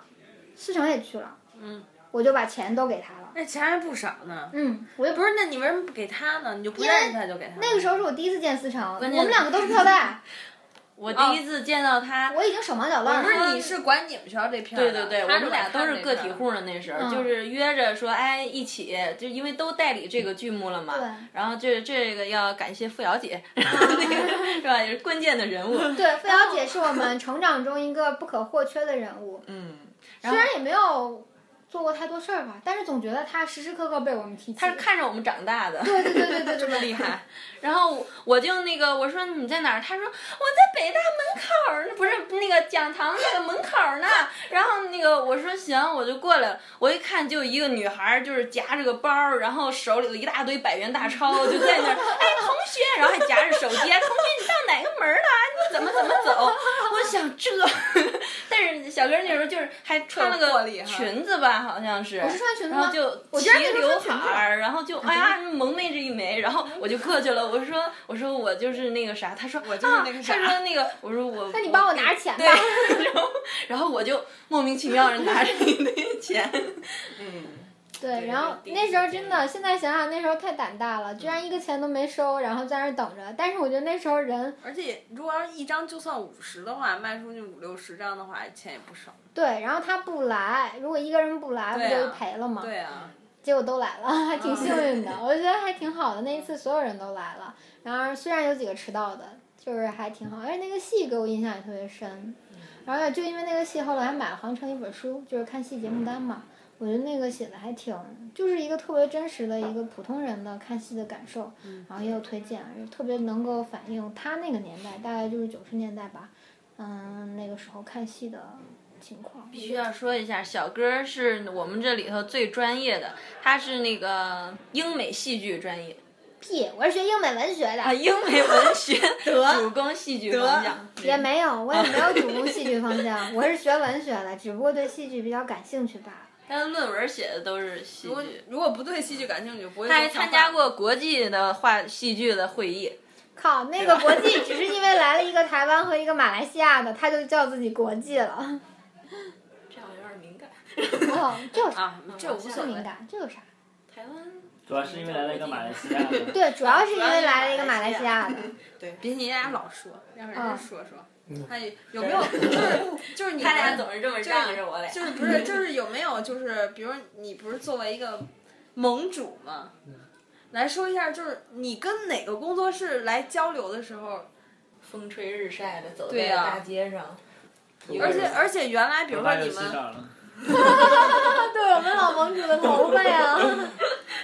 思成也去了，
嗯，
我就把钱都给他了，
那钱还不少呢。
嗯，我也
不是，那你为什么不给他呢？你就不
因为
认识他就给他？
那个时候是我第一次见思成，我
关
们
键
两个都是
(laughs)
票代，
我第一次见到他，
我已经手忙脚乱
不是，
了。
你是管你们学校这片儿
对
的，
对对，我
他
哦们俩都是个体户呢，那时嗯候、就是约着说，哎，一起，就因为都代理这个剧目了嘛。
对
然后这这个要感谢付瑶姐，然后 (laughs) 那个是吧，也是关键的人物。
对，付瑶姐是我们成长中一个不可或缺的人物。
嗯，
虽然也没有做过太多事儿吧，但是总觉得他时时刻刻被我们提起。
她是看着我们长大的。
对对对对对，
这么厉
害。
害，然后我就那个我说你在哪儿？他说我在北大门口儿呢，不是那个讲堂那个门口
(laughs)
儿呢。然后那个我说行，我就过来了。我一看就一个女孩儿，就是夹着个包儿，然后手里头一大堆百元大钞，就在那
(laughs)
儿哎同学，然后还夹着手机，哎同学你到哪个门儿了？你怎么怎么
(laughs)
走？我想这， (laughs) 但是小哥那时候就是还穿了
特
个
魄力哈
裙子吧，好像是。
我是穿裙子
然后
吗？
就
我
齐
觉得那时候
刘
穿裙
海
子
儿，然后就哎呀萌妹这一枚，然后我就过去了，我说我说我就是那个啥，他说
我就是那个啥
啊，他说那个我说我，
那你帮我拿着钱吧
对，。然后然后我就莫名其妙的拿着一堆钱，
对，
对
然后
就第一
那
次
时候
见
真的，现在想想那时候太胆大了，
嗯
居然一个钱都没收，然后在那儿等着。但是我觉得那时候人
(laughs) 而且如果要是一张就算五十的话，卖出去五六十张的话，钱也不少。
对，然后他不来，如果一个人不来，
对
不
啊
就赔了吗？
对啊，
结果都来了，还挺幸运的，我觉得还挺好的。那一次所有人都来了，然而虽然有几个迟到的，就是还挺好。而且那个戏给我印象也特别深，而且就因为那个戏，后来还买了杭城一本书，就是看戏节目单嘛。我觉得那个写的还挺，就是一个特别真实的一个普通人的看戏的感受，然后也有推荐，也特别能够反映他那个年代，大概就是九十年代吧，嗯，那个时候看戏的情况。
必须要说一下，小哥是我们这里头最专业的，他是那个英美戏剧专业
屁，我是学英美文学的。
啊，英美文学主攻戏剧方向，
也没有，我也没有主攻戏剧方向，我是学文学的，只不过对戏剧比较感兴趣罢了。
他的论文写的都是戏
如果
剧。
如果不对戏剧感兴趣，不会。
他还参加，过国际的话戏剧的会议，
靠，那个国际只是因为来了一个台湾和一个马来西亚的，他就叫自己国际 (laughs) 了。
这好像有点敏感。
哦，这有啥
啊？这无所
不
谓
敏感，这有啥？
台湾
主要是因为来了一个马来西亚的。
对，主要是因为来了一个马来西亚的。
别你俩老说，要不
嗯
然就说说。他有有没有 (laughs) 就是就是你
他俩
们
总是这么让着我俩，
就是不是就是有没有就是比如你不是作为一个盟主嘛，来说一下，就是你跟哪个工作室来交流的时候，
风吹日晒的走
对
在
呀
大街上，
而且而且原来比如说
发
你
游戏
嗯
们，
上了，
(laughs) 对我们老盟主的头发 (laughs) 呀，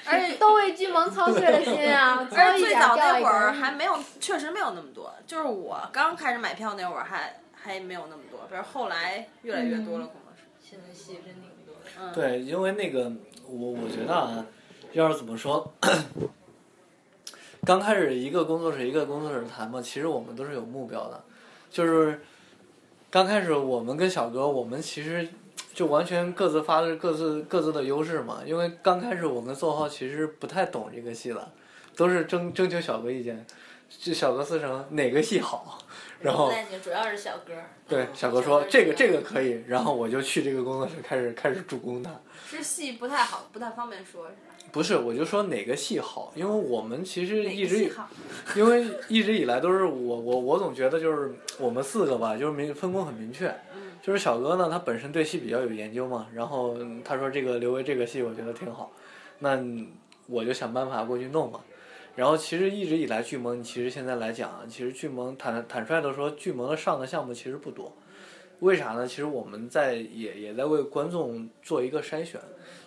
而且
都为巨萌操碎了心 (laughs) 啊，
而
遭
且
一
最
脚
早
掉
那
一
会儿
个。
还没有，确实没有那么多。就是我刚开始买票那会儿还还没有那么多，但是后来越来越多了，可能是。
现在戏真挺多的。
对，因为那个我我觉得啊，要是怎么说，刚开始一个工作室一个工作室谈嘛，其实我们都是有目标的，就是刚开始我们跟小哥，我们其实就完全各自发挥各自各自的优势嘛，因为刚开始我跟宋浩其实不太懂这个戏的，都是征征求小哥意见，就小哥思成哪个戏好，然后。
那你主要是小哥儿，
对，小哥说这个这个可以，然后我就去这个工作室开始开始主攻它。
是戏不太好，不太方便说，是吧？
不是，我就说哪个戏好，因为我们其实一
哪个
直
戏好，
(laughs) 因为一直以来都是我我我总觉得就是我们四个吧，就是明分工很明确。就是小哥呢，他本身对戏比较有研究嘛，然后嗯他说这个留为这个戏，我觉得挺好。那我就想办法过去弄嘛。然后其实一直以来，巨盟其实现在来讲啊，其实巨盟坦坦率的说，巨盟的上的项目其实不多。为啥呢？其实我们在也也在为观众做一个筛选，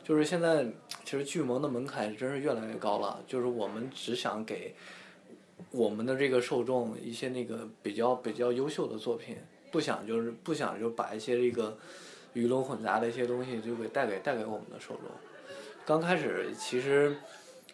就是现在其实巨盟的门槛真是越来越高了，就是我们只想给我们的这个受众一些那个比较比较优秀的作品，不想就是不想就把一些这个鱼龙混杂的一些东西就给带给带给我们的受众。刚开始其实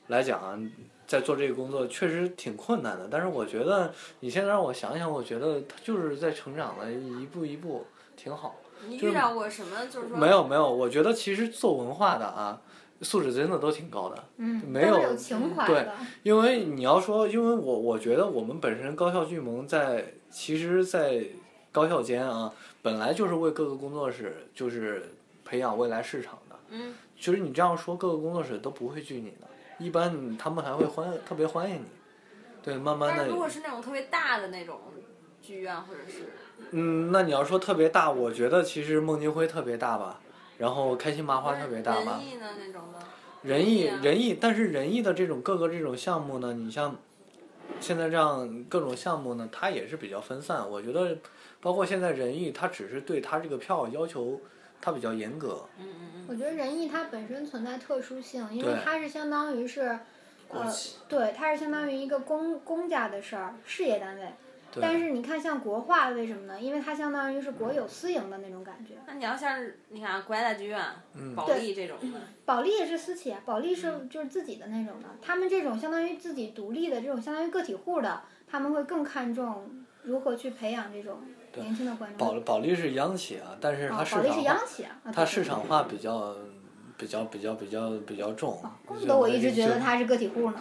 来讲啊，在做这个工作确实挺困难的，但是我觉得你现在让我想想，我觉得他就是在成长的一步一步，挺好。
你
就是
遇到过什么？就是说
没有没有，我觉得其实做文化的啊，素质真的都挺高的，
嗯，
没
都是
有
有情怀
对
的，
因为你要说，因为我我觉得我们本身高校聚盟在，其实，在高校间啊，本来就是为各个工作室就是培养未来市场的。
嗯。
其实你这样说，各个工作室都不会拒你的，一般他们还会欢特别欢迎你。对，慢慢
但
的。
是如果是那种特别大的那种剧院，或者是
嗯，那你要说特别大，我觉得其实孟京辉特别大吧，然后开心麻花特别大吧
文，艺呢那种的，
仁义
啊
仁义，但是仁义的这种各个这种项目呢，你像现在这样各种项目呢，它也是比较分散。我觉得，包括现在仁义，它只是对它这个票要求它比较严格，
嗯嗯
我觉得仁义它本身存在特殊性，因为
对
它是相当于是，
国
呃
企，
对，它是相当于一个公公家的事儿，事业单位。
对
但是你看，像国画，为什么呢？因为它相当于是国有私营的那种感觉。
那你要像是你看啊国家大剧院、
嗯
保利这种的，
保利也是私企啊，保利是就是自己的那种的，他们这种相当于自己独立的这种相当于个体户的，他们会更看重如何去培养这种年轻的观众。
保保利是央企啊，但是
啊
它市
保利
场
是
化，
央企啊，啊
它
对
市场化比较比较比较比较比较重。
啊怪不
就
得我一直
就
觉得它是个体户呢。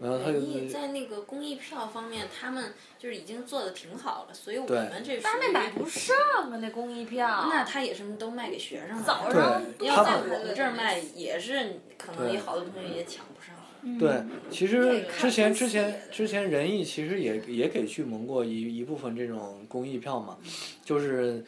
没有它就
你在那个公益票方面，他们就是已经做的挺好了，所以我
对
们这
他
属
们
于
买不上啊那公益票，
那他也是都卖给学生了。
早
对
上
他
要在
们
我们这儿卖，也是可能
对
有好多同学也抢不上。
嗯
嗯
对，其
这
实
个
之前
分
之
析
前之前仁义其实也也给巨盟过一一部分这种公益票嘛，就是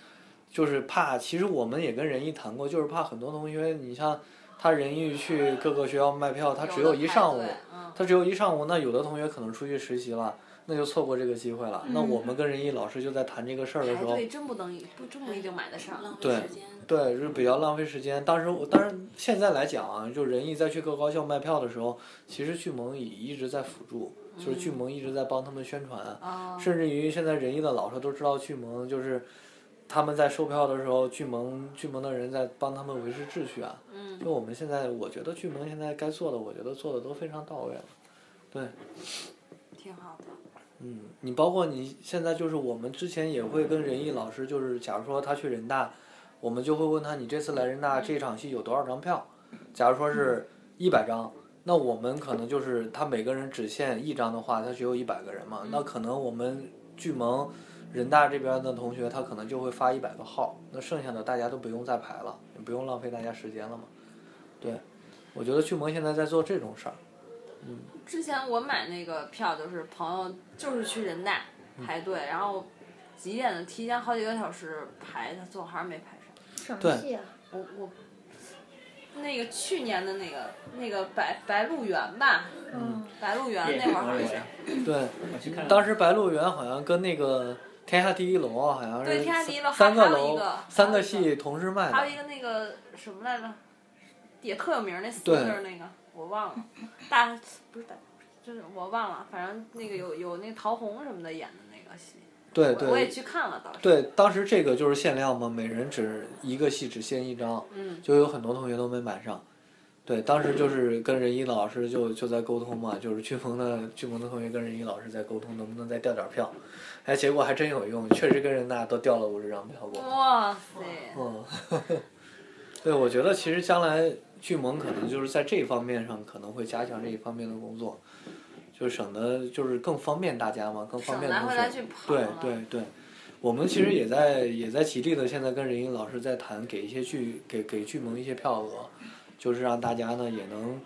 就是怕，其实我们也跟仁义谈过，就是怕很多同学，你像他仁义去各个学校卖票，他只有一上午
有的，排队嗯
他只有一上午，那有的同学可能出去实习了，那就错过这个机会了。那我们跟仁义老师就在谈这个事儿的时
嗯排
候，
队哎真不能不真不一定买得上，
浪费
对
时间
对，就是比较浪费时间。当时我，当然现在来讲啊，就仁义在去各高校卖票的时候，其实巨盟也一直在辅助，就是巨盟一直在帮他们宣传，
啊，
甚至于现在仁义的老师都知道巨盟，就是他们在售票的时候，巨盟巨盟的人在帮他们维持秩序啊。
嗯
就我们现在，我觉得巨盟现在该做的，我觉得做的都非常到位了。对，
挺好的。
嗯，你包括你现在就是我们之前也会跟仁义老师，就是假如说他去人大，我们就会问他你这次来人大这场戏有多少张票？假如说是一百张，那我们可能就是他每个人只限一张的话，他只有一百个人嘛，那可能我们巨盟人大这边的同学他可能就会发一百个号，那剩下的大家都不用再排了，也不用浪费大家时间了嘛。对，我觉得巨盟现在在做这种事儿。
之前我买那个票就是朋友就是去人大
嗯
排队，然后几点的提前好几个小时排，他最后还是没排上。
什么
对
戏啊？
我我那个去年的那个那个白白鹿原吧，
嗯，
白鹿原
电
那
影
会儿好像
我
是
也。
对，
我去看了
当时白鹿原好像跟那个天下第一楼啊，好像是
对天下第一楼
三
还还有一
楼
个
三个
还有
戏同时卖
还有一
的，
个那个什么来着，也特有名儿那四个字儿那个，我忘了，大不是大，就是我忘了，反正那个有有那个陶虹什么的演的那个戏，
对
我我也
对
去看了，当时。
对，当时这个就是限量嘛，每人只一个戏只限一张，
嗯，
就有很多同学都没买上。对，当时就是跟仁一老师就就在沟通嘛，就是俊鹏的俊鹏的同学跟仁一老师在沟通，能不能再调点票？哎，结果还真有用，确实跟人大都调了五十张票过。
哇塞，
嗯， (laughs) 对，我觉得其实将来巨盟可能就是在这方面上可能会加强这一方面的工作，就省得就是更方便大家嘛，更方
省得
便
来
同
回
学。
来去跑
对
了。
对对，我们其实也在也在极力的现在跟任英老师在谈，给一些剧给给剧盟一些票额，就是让大家呢也能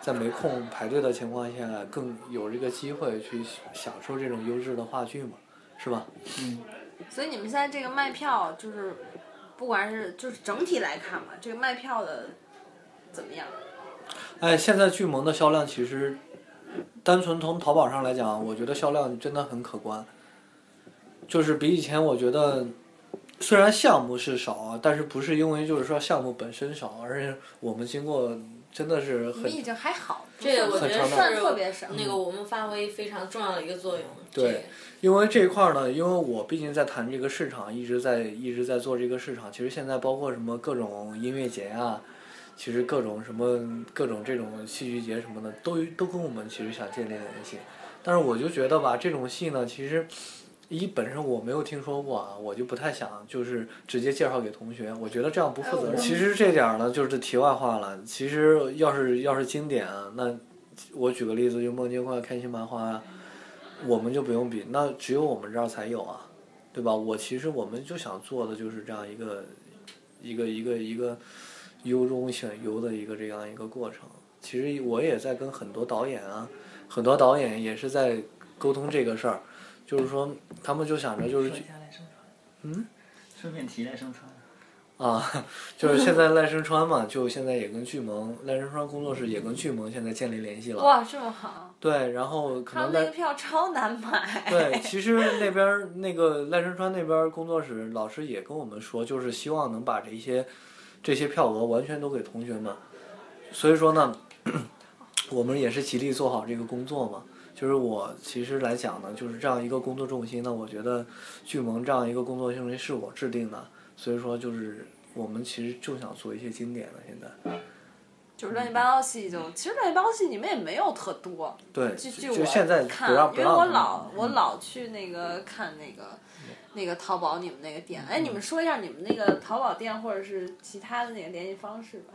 在没空排队的情况下，更有这个机会去享受这种优质的话剧嘛，是吧？
所以你们现在这个卖票就是，不管是就是整体来看嘛，这个卖票的怎么样？
哎，现在巨萌的销量其实，单纯从淘宝上来讲，我觉得销量真的很可观。就是比以前，我觉得虽然项目是少啊，但是不是因为就是说项目本身少，而是我们经过真的是
我
很
们已经还好，
这个我觉
很
得
常
是嗯
见
特别少
那个我们发挥非常重要的一个作用。
对，因为这一块儿呢，因为我毕竟在谈这个市场，一直在一直在做这个市场。其实现在包括什么各种音乐节啊，其实各种什么各种这种戏剧节什么的，都都跟我们其实想建立联系。但是我就觉得吧，这种戏呢，其实一本身我没有听说过啊，我就不太想就是直接介绍给同学，我觉得这样不负责任。其实这点儿呢，就是题外话了。其实要是要是经典啊，那我举个例子，就《梦境快开心麻花》啊。我们就不用比，那只有我们这儿才有啊，对吧？我其实我们就想做的就是这样一个，一个一个一个优中选优的一个这样一个过程。其实我也在跟很多导演啊，很多导演也是在沟通这个事儿，就是说他们就想着就是
说一下赖声川。嗯。顺便提赖声川。
啊， (laughs) 就是现在赖声川嘛，就现在也跟巨萌赖声川工作室也跟巨萌现在建立联系了。
哇，这么好，
对，然后可
他
能
们那
赖
个票超难买。
(laughs)
(laughs)
对，其实那边儿那个赖声川那边儿工作室老师也跟我们说，就是希望能把这些这些票额完全都给同学们。所以说呢， (clears throat) 我们也是极力做好这个工作嘛。就是我其实来讲呢，就是这样一个工作重心呢，我觉得巨萌这样一个工作重心是我制定的，所以说就是我们其实就想做一些经典的现在。
就是乱七八糟戏就，其实乱七八糟戏你们也没有特多。
对，
就
就
就我
现在
看，
不让不
因为
让
我
他们
老我
嗯
老去那个看那个那个淘宝你们那个
嗯
店。哎，你们说一下你们那个淘宝店或者是其他的那个联系方式吧。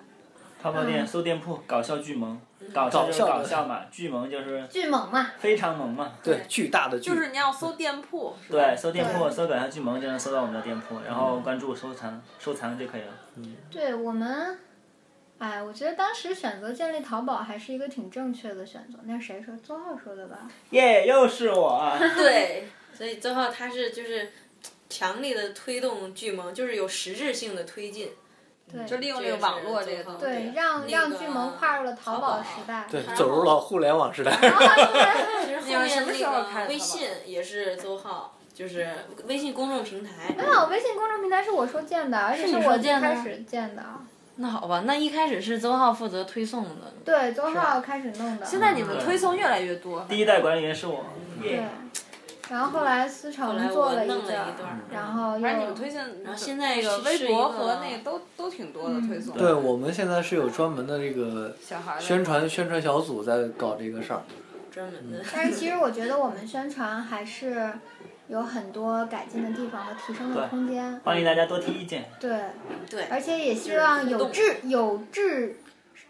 淘宝店、搜店铺、搞笑巨萌，搞笑就是搞笑嘛，巨萌就是
巨猛嘛，
非常萌嘛。
对巨大的巨
就是你要搜店铺，是吧
对，搜店铺，搜搞笑巨萌就能搜到我们的店铺，然后关注、收藏、收藏就可以了。
嗯
对我们，哎，我觉得当时选择建立淘宝还是一个挺正确的选择。那是谁说？周浩说的吧？
耶，又是我啊！
对，所以周浩他是就是强力的推动巨萌，就是有实质性的推进。
就利用这个网络这个东西。
对
对，让
那
让
个
巨萌跨入了淘
宝
宝时代。
对走入了互联网时代。
(laughs)
其实后
你们什
面
么时候
那
开的淘宝
个微信也是周浩，哦就是微信公众平台。
没有，微信公众平台是我说建的，而且
是你
我
说建的
开始建的。啊
那好吧，那一开始是周浩负责推送的，
对，周浩开始弄的。嗯
现在你们推送越来越多，
第一代管理员是我，
对
耶，，
然后后来思
后来
成做
我
了
弄了
阵
一段儿，嗯
然后
反正你
又
们推荐，然后
现在
那个
是
微
是
博
一个
和那个嗯都都挺多的推送。
对，我们现在是有专门的这个
小孩儿的
宣传宣传小组在搞这个事儿。
专门的。
但是其实我觉得我们宣传还是有很多改进的地方和提升的
对
空间。
欢迎大家多提意见。
对，
嗯对，
而且也希望有志有志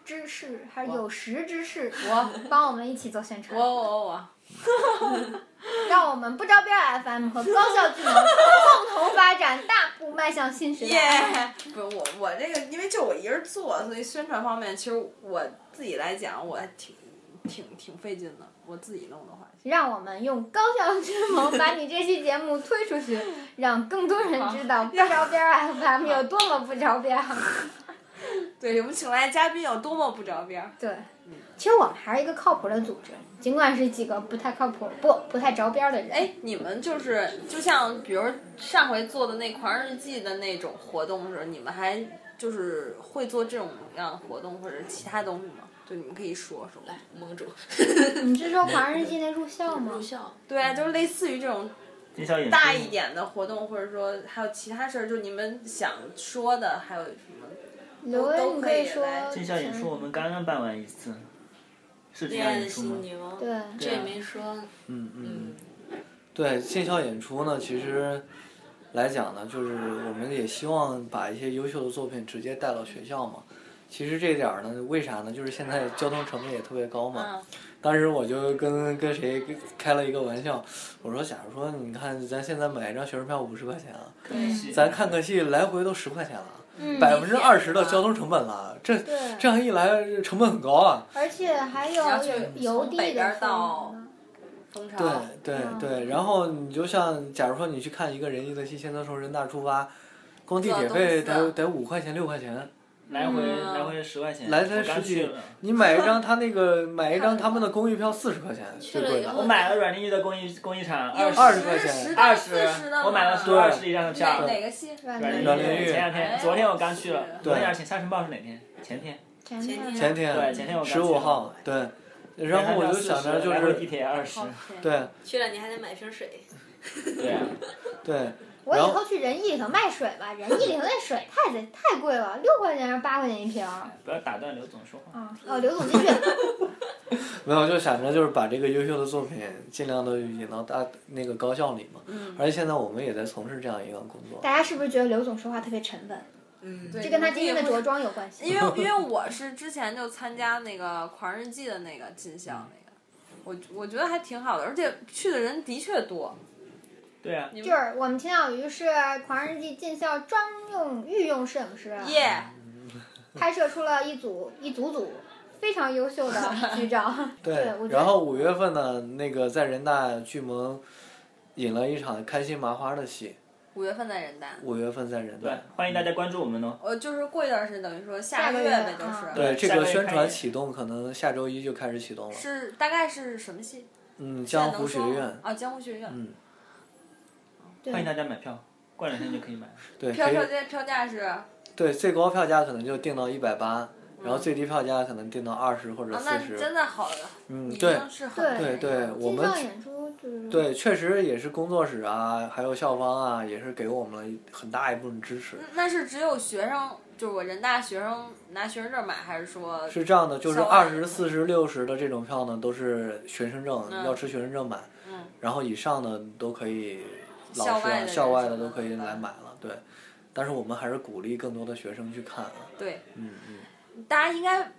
之士，还是有识之士，
(laughs)
我帮我们一起做宣传
我，
哦
我我，
让我们不招边儿 FM 和高校技能共同发展，大步迈向新时代。
(laughs) 不是我我这个，因为就我一人做，所以宣传方面其实我自己来讲，我还挺挺挺费劲的。我自己弄的话，
让我们用高效之谋把你这期节目推出去，让更多人知道不着边儿 FM 有多么不着边儿。
对我们请来的嘉宾有多么不着边儿。
对，
嗯
其实我们还是一个靠谱的组织，尽管是几个不太靠谱、不不太着边儿的人。
哎，你们就是就像比如上回做的那狂人日记的那种活动的时候，你们还就是会做这种样的活动或者其他东西吗？就你们可以说说。来，
盟主 (laughs)
你是说《狂人日记》那入校吗
入？校，
对啊，就是类似于这种
介绍演出
大一点的活动，或者说还有其他事儿，就你们想说的，还有什么？
刘恩，你可以说
这项演出我们刚刚办完一次，是这
恋
项
爱
演
的
出
犀
吗？
牛，
对，
这也没说。
嗯嗯，对，线校演出呢，其实来讲呢，就是我们也希望把一些优秀的作品直接带到学校嘛。其实这点儿呢，为啥呢？就是现在交通成本也特别高嘛。当时我就跟跟谁跟开了一个玩笑，我说：“假如说你看咱现在买一张学生票五十块钱啊，咱看个戏来回都十块钱了，
嗯
百分之二十的交通成本了，这
对
这样一来成本很高啊。”
而且还有
然后就
邮
从
递
北
的
边儿到
费用呢
蜂巢。
对对对，然后你就像，假如说你去看一个人艺的戏，现在从人大出发，光地铁
坐公
费
司
得得五块钱六块钱，
来回
嗯
来回十块钱，
来
我
才
刚
十
去
几
了，
你买一张他那个买一张他们的公益票四十块钱，最贵
以
的
后
我买了阮玲玉的公益公益场二
二十块钱
十
二
到
十
四十的，吗
我买了十
对
二十一张的
哪
票。
哪个戏？
阮
阮
玲
玲玉
前两天，
哎
昨天我刚去了
是，
对
昨天还是前《沙尘暴》是哪天？前天。
嗯前
前
天
天
前
对前天我
天
刚
十五
去
号
了
对，然后我就想着就
来回地
是
铁二十，
对
去了你还得买瓶水，
对啊，
对，
我以
然后
后去仁义里头卖水吧，仁义里头那水太贼太贵了，六块钱还是八块钱一瓶儿。
不要打断刘总说话。
嗯
啊，哦，刘总继续。
没有就想着就是把这个优秀的作品尽量的引到大那个高校里嘛，
嗯
而且现在我们也在从事这样一个工作，
大家是不是觉得刘总说话特别沉稳？
嗯，
这
这跟他今天的着装有关系。
因为因为我是之前就参加那个《狂人日记》的那个进
嗯
校那个，我我觉得还挺好的，而且去的人的确多。
对啊，
就是我们秦小鱼是《狂人日记》进校专用御用摄影师，啊
嗯
耶、
拍摄出了一组一组组非常优秀
(laughs)
的剧照。对，我觉得
然后五月份呢，那个在人大剧盟引了一场开心麻花的戏，
五月份在人大，
五月份在人
对
大，，
欢迎大家关注我们哦。
呃，就是过一段时间，等于说
下
下
个
月
月
呗，就
啊
是
对这
下个
个
月
宣
开
传
始
启动可能下周一就开始启动了，
是大概是什么戏？
嗯，
现在
江湖
能
学
说吗
院，
啊，江湖学院，
嗯，
欢迎大家买票，过两天就可以买了。
对，
票
可以
票价票价是啊，
对最高票价可能就定到一百八，然后最低票价可能定到二十或者四
嗯啊那
十、
真的哎好，
嗯，
已
对
经是很
对
对对，我
进
们
校演出就是
对确实也是工作室啊，还有校方啊，也是给我们了一很大一部分支持。
那是只有学生，就是我人大学生拿学生证买，还是说
是这样的，就是
校
二
外
十四十六十的这种票呢，都是学生证，
嗯
要持学生证买。
嗯
然后以上的都可以，老
校
师
外
啊，
的
校
人
外
什
的
么
都可以
的
来买了，对。但是我们还是鼓励更多的学生去看啊。
对？
嗯嗯。
大家应该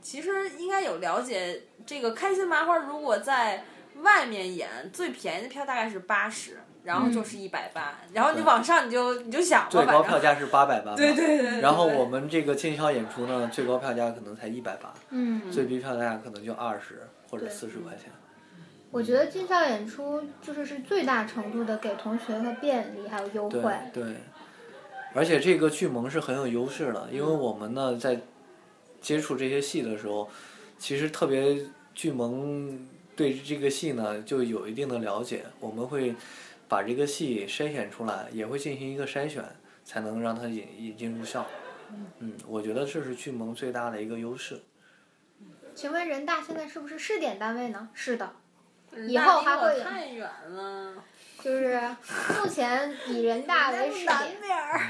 其实应该有了解，这个开心麻花如果在外面演，最便宜的票大概是八十，然
嗯
后就是一百八，然后你往上你就你就想吧，
最
反
高票
正
价是八百八嘛，对
对对对
然后
对
我们这个进校演出呢，最高票价可能才一百八，
嗯，
最低票价可能就二十或者四十块钱。
我觉得进校演出就是是最大程度的给同学和便利还有优
对
惠。
对，而且这个剧盟是很有优势的，因为我们呢在接触这些戏的时候，其实特别剧盟对这个戏呢就有一定的了解，我们会把这个戏筛选出来，也会进行一个筛选，才能让它引引进入校。嗯，我觉得这是剧盟最大的一个优势。
请问人大现在是不是试点单位呢？是的，以
以
后还会有
太远了，
就是目前以人大为试点。
南边儿，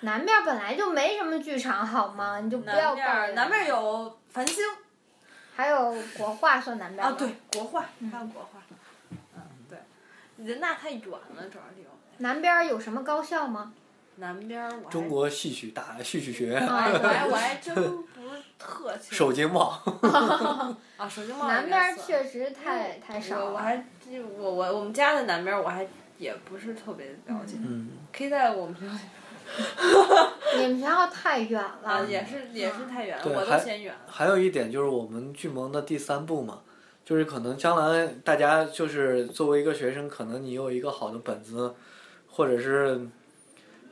南面本来就没什么剧场，好吗？你就
嗯
不要
南边
告
儿，南边儿有繁星
还有国画算南边
啊，
吗
对，，国画还有国画，嗯，对，人大太远了，主要离我们
南边有什么高校吗？
南边儿我还
中国戏曲大戏曲学院
啊
哎我还我还真不是特清楚
(laughs) 首经贸，
啊，手机帽
南边
去。
确实太太少
嗯我我
了。
还这我我我们家在南边，我还也不是特别了解，
嗯，
可以在我们学校
你们学校太远
啊，
了，
也是也是太远了，
对
我
还
都嫌远。
还有一点就是我们剧盟的第三部嘛，就是可能将来大家就是作为一个学生，可能你有一个好的本子，或者是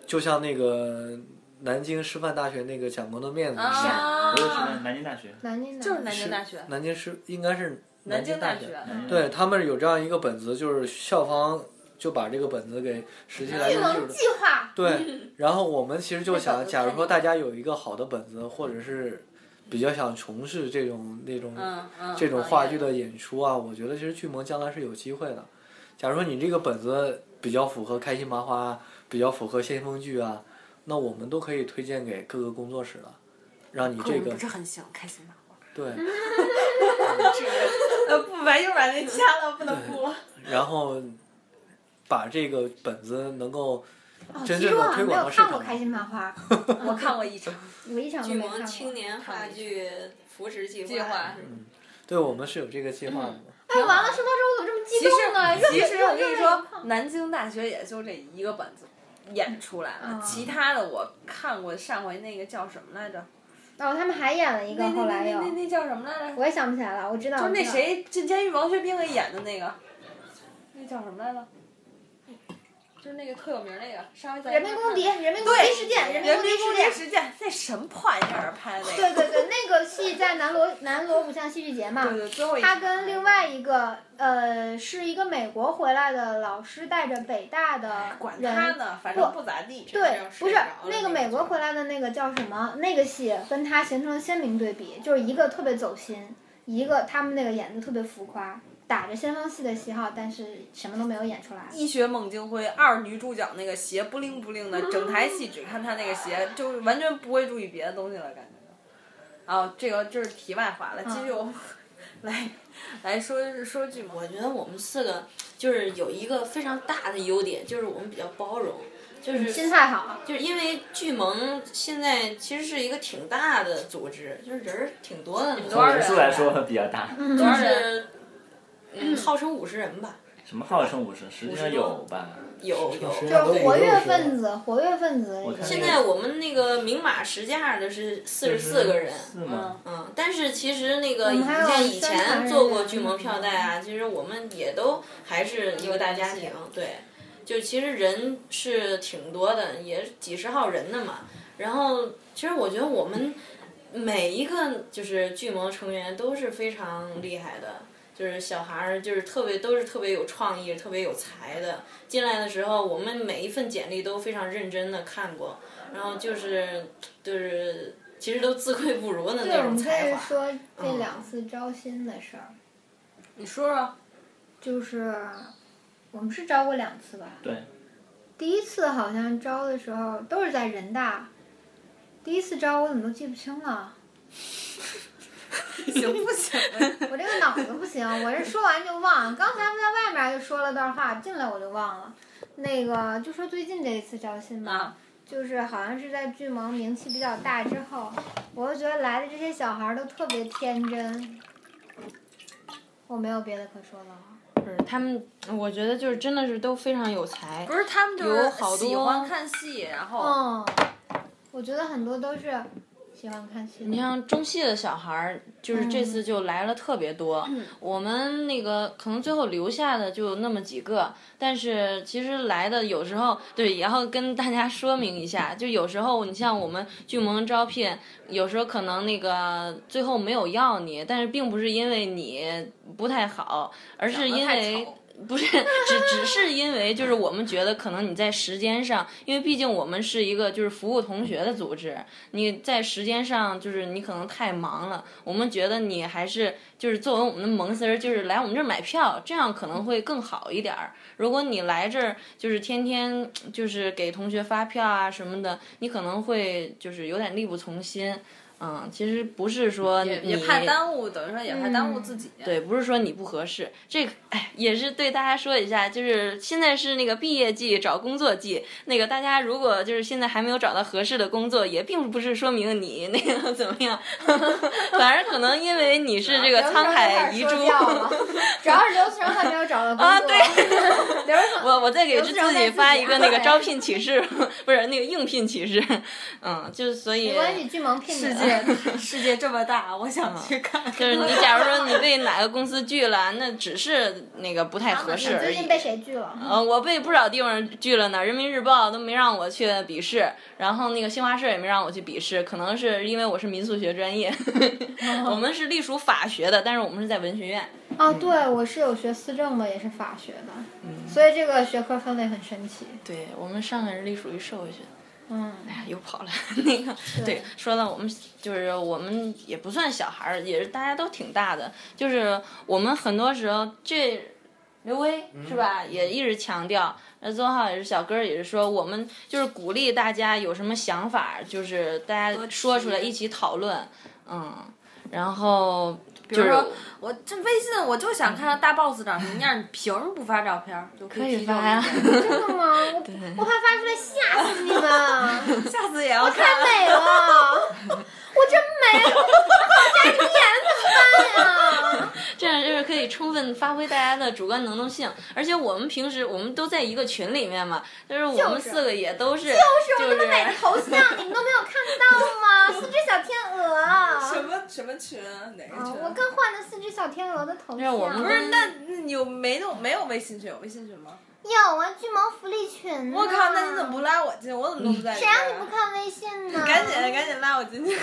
就像那个南京师范大学那个蒋公的面子一样，
啊
我是什么南京大学，
南京的
就是南京大学，
南京师应该是
南
京
京大
学，
学，
南京
对他们有这样一个本子，就是校方就把这个本子给实际来
剧
用
盟
了。
计划
嗯
对，然后我们其实就
那
想，
本子
假如
太
说大家有一个好的本子，或者是比较想从事这种那种
嗯嗯，
这种
嗯
话剧的演出啊，我觉得其实剧盟将来是有机会的。假如说你这个本子比较符合开心麻花，啊比较符合先锋剧啊，那我们都可以推荐给各个工作室的，让你
可我
这
们
个
不是很喜欢开心麻花。
对，
(laughs) 呃，不，把又把那掐了，不能播。
然后把这个本子能够
哦，
真
其实
正
我
的
好
推
像没
广
有
到市
看过
场。
开心麻
(laughs)
花，
我看过一场，
我一场都
巨
没
盟
看
青
过。 (laughs)
年话剧扶持计划。
计划
嗯对我们是有这个计划的嘛。
嗯
哎，完了，说到这儿我怎么这么激
其实
动呢？
其实我跟你
热热热
说，南京大学也就这一个本子演出来了，
嗯
其他的我看过上回那个叫什么来着？
哦，他们还演了一个，
那
后
那那
来
那那
又，
那叫什么来着？
我也想不起来了。我知道，
就是那
我知道，
谁进监狱王学兵给演的那个，那叫什么来着？就是那个特有名那个，稍微在
人民公
(laughs)
敌，人民公敌事件，人民
人
公敌
民
事
公
件
敌。事件，那什么破玩意儿拍的呀？
对对对，那个戏在南锣南锣鼓巷戏剧节嘛，
对对，最后一
他跟另外一个呃是一个美国回来的老师，带着北大的人，
哎管他呢，反正不咋地。
对，不是那
那
个美国回来的那个叫什么？那个戏跟他形成了鲜明对比，就是一个特别走心，一个他们那个演的特别浮夸，打着先锋戏的旗号，但是什么都没有演出来。
一学孟京辉，二女主角那个鞋不灵不 (laughs) 灵的，整台戏只看她那个鞋，就是完全不会注意别的东西了，感觉。哦，这个就是题外话了，
嗯
继续我们 (laughs) 来来说说剧嘛。
我觉得我们四个就是有一个非常大的优点，就是我们比较包容，就是
心态好，
就是因为聚盟现在其实是一个挺大的组织，就是人儿挺多的呢，
多少
人
人
数来说比较大，
嗯
多少人？嗯，号称五十人吧，
什么号称五十，实际上有吧？
有有。
实际
就
上
是
都五
活
六
跃
十
分子，活跃分子
我看
现在我们那个明码实价的是四十四个人，
是吗？
嗯，但是其实那个
们
你
还有
像以
宣传
前
人
做
员
过聚盟票代啊，其实我们也都还是一个大家庭，对，就其实人是挺多的，也几十号人的嘛。然后其实我觉得我们每一个就是聚盟成员都是非常厉害的。就是小孩儿，就是特别都是特别有创意、特别有才的。进来的时候，我们每一份简历都非常认真的看过，然后就是就是其实都自愧不如的
对，
那
我
种
们可
才
以
华。
说这两次招新的事儿，
你说说，
就是我们是招过两次吧？
对，
第一次好像招的时候都是在人大，第一次招我怎么都记不清了，
行不行？
我这个脑子不行，我这说完就忘。刚才在外面就说了段话，进来我就忘了。那个就说最近这一次招新吧，
啊，
就是好像是在巨盟名气比较大之后，我就觉得来的这些小孩儿都特别天真。我没有别的可说的了。啊
是他们，我觉得就是真的是都非常有才
不。是他们就
有
是
好多
喜欢看戏，然后
哦
嗯，我觉得很多都是喜欢看戏
你
的。
像中戏的小孩儿，就是这次就来了特别多。我们那个可能最后留下的就那么几个，但是其实来的有时候对，也要跟大家说明一下，就有时候你像我们巨盟招聘，有时候可能那个最后没有要你，但是并不是因为你不太好，而是因为不是，只只是因为就是我们觉得可能你在时间上，因为毕竟我们是一个就是服务同学的组织，你在时间上就是你可能太忙了，我们觉得你还是就是作为我们的萌丝儿，就是来我们这儿买票，这样可能会更好一点儿。如果你来这儿就是天天就是给同学发票啊什么的，你可能会就是有点力不从心。嗯，其实不是说你
也也怕耽误，等于说也怕耽误自己。嗯对，
对，不是说你不合适，这个哎也是对大家说一下，就是现在是那个毕业季找工作季，那个大家如果就是现在还没有找到合适的工作，也并不是说明你那个怎么样， (laughs) 反而可能因为你是这个
啊
沧海遗珠。
刘思成有点说教了主要是刘思成还没有找到工作。
啊对
(laughs) 刘思成，
我我再给
刘思
自
成在
己
自
发
己
一个
安
那个
排
招聘启事，不是那个应聘启事， (laughs) 嗯，就是所以
没关系，巨萌聘你
世
了
界世界这么大，我想去看看。
就是你假如说你被哪个公司拒了，那只是那个不太合适
你
而
最
已。
近被谁拒了？
呃，我被不少地方拒了呢，人民日报都没让我去笔试，然后那个新华社也没让我去笔试，可能是因为我是民宿学专业， (laughs) 我们是隶属法学的，但是我们是在文学院。
嗯
哦，对，我是有学思政的，也是法学的，所以这个学科分类很神奇。
对，我们上个是隶属于社会学。
嗯，
哎呀， (laughs) 又跑了。那个，对，说到我们就是我们也不算小孩儿，也是大家都挺大的。就是我们很多时候这刘威是吧，也一直强调，那宗浩也是小哥儿也是说，我们就是鼓励大家有什么想法，就是大家说出来一起讨论，嗯，然后就
比
是
如说我这微信我就想看看大 boss 长什么样，你凭什么不发照片儿？就可
可以
提
发
这种
呀
意见。
(laughs) 真的吗？我我怕发出来吓死你们，
下次也要看。
太美了，我真美，我好扎你眼怎么办呀？
这样就是可以充分发挥大家的主观能动性，而且我们平时我们都在一个群里面嘛，就是我
就
们
是
四个也都是
就是我那么美的头像，你们都没有看到吗？四只小天鹅啊，嗯
什么什么群啊？哪个群啊？
我刚换的四只小天鹅的头
是
像。
我们
不是，那那你有没有没有微信群？有微信群吗？
有啊，巨毛福利群、呢
我靠，那你怎么不拉我进？我怎么都不在里
谁
边
让你不
啊？
看微信呢？
赶紧赶紧拉我进去！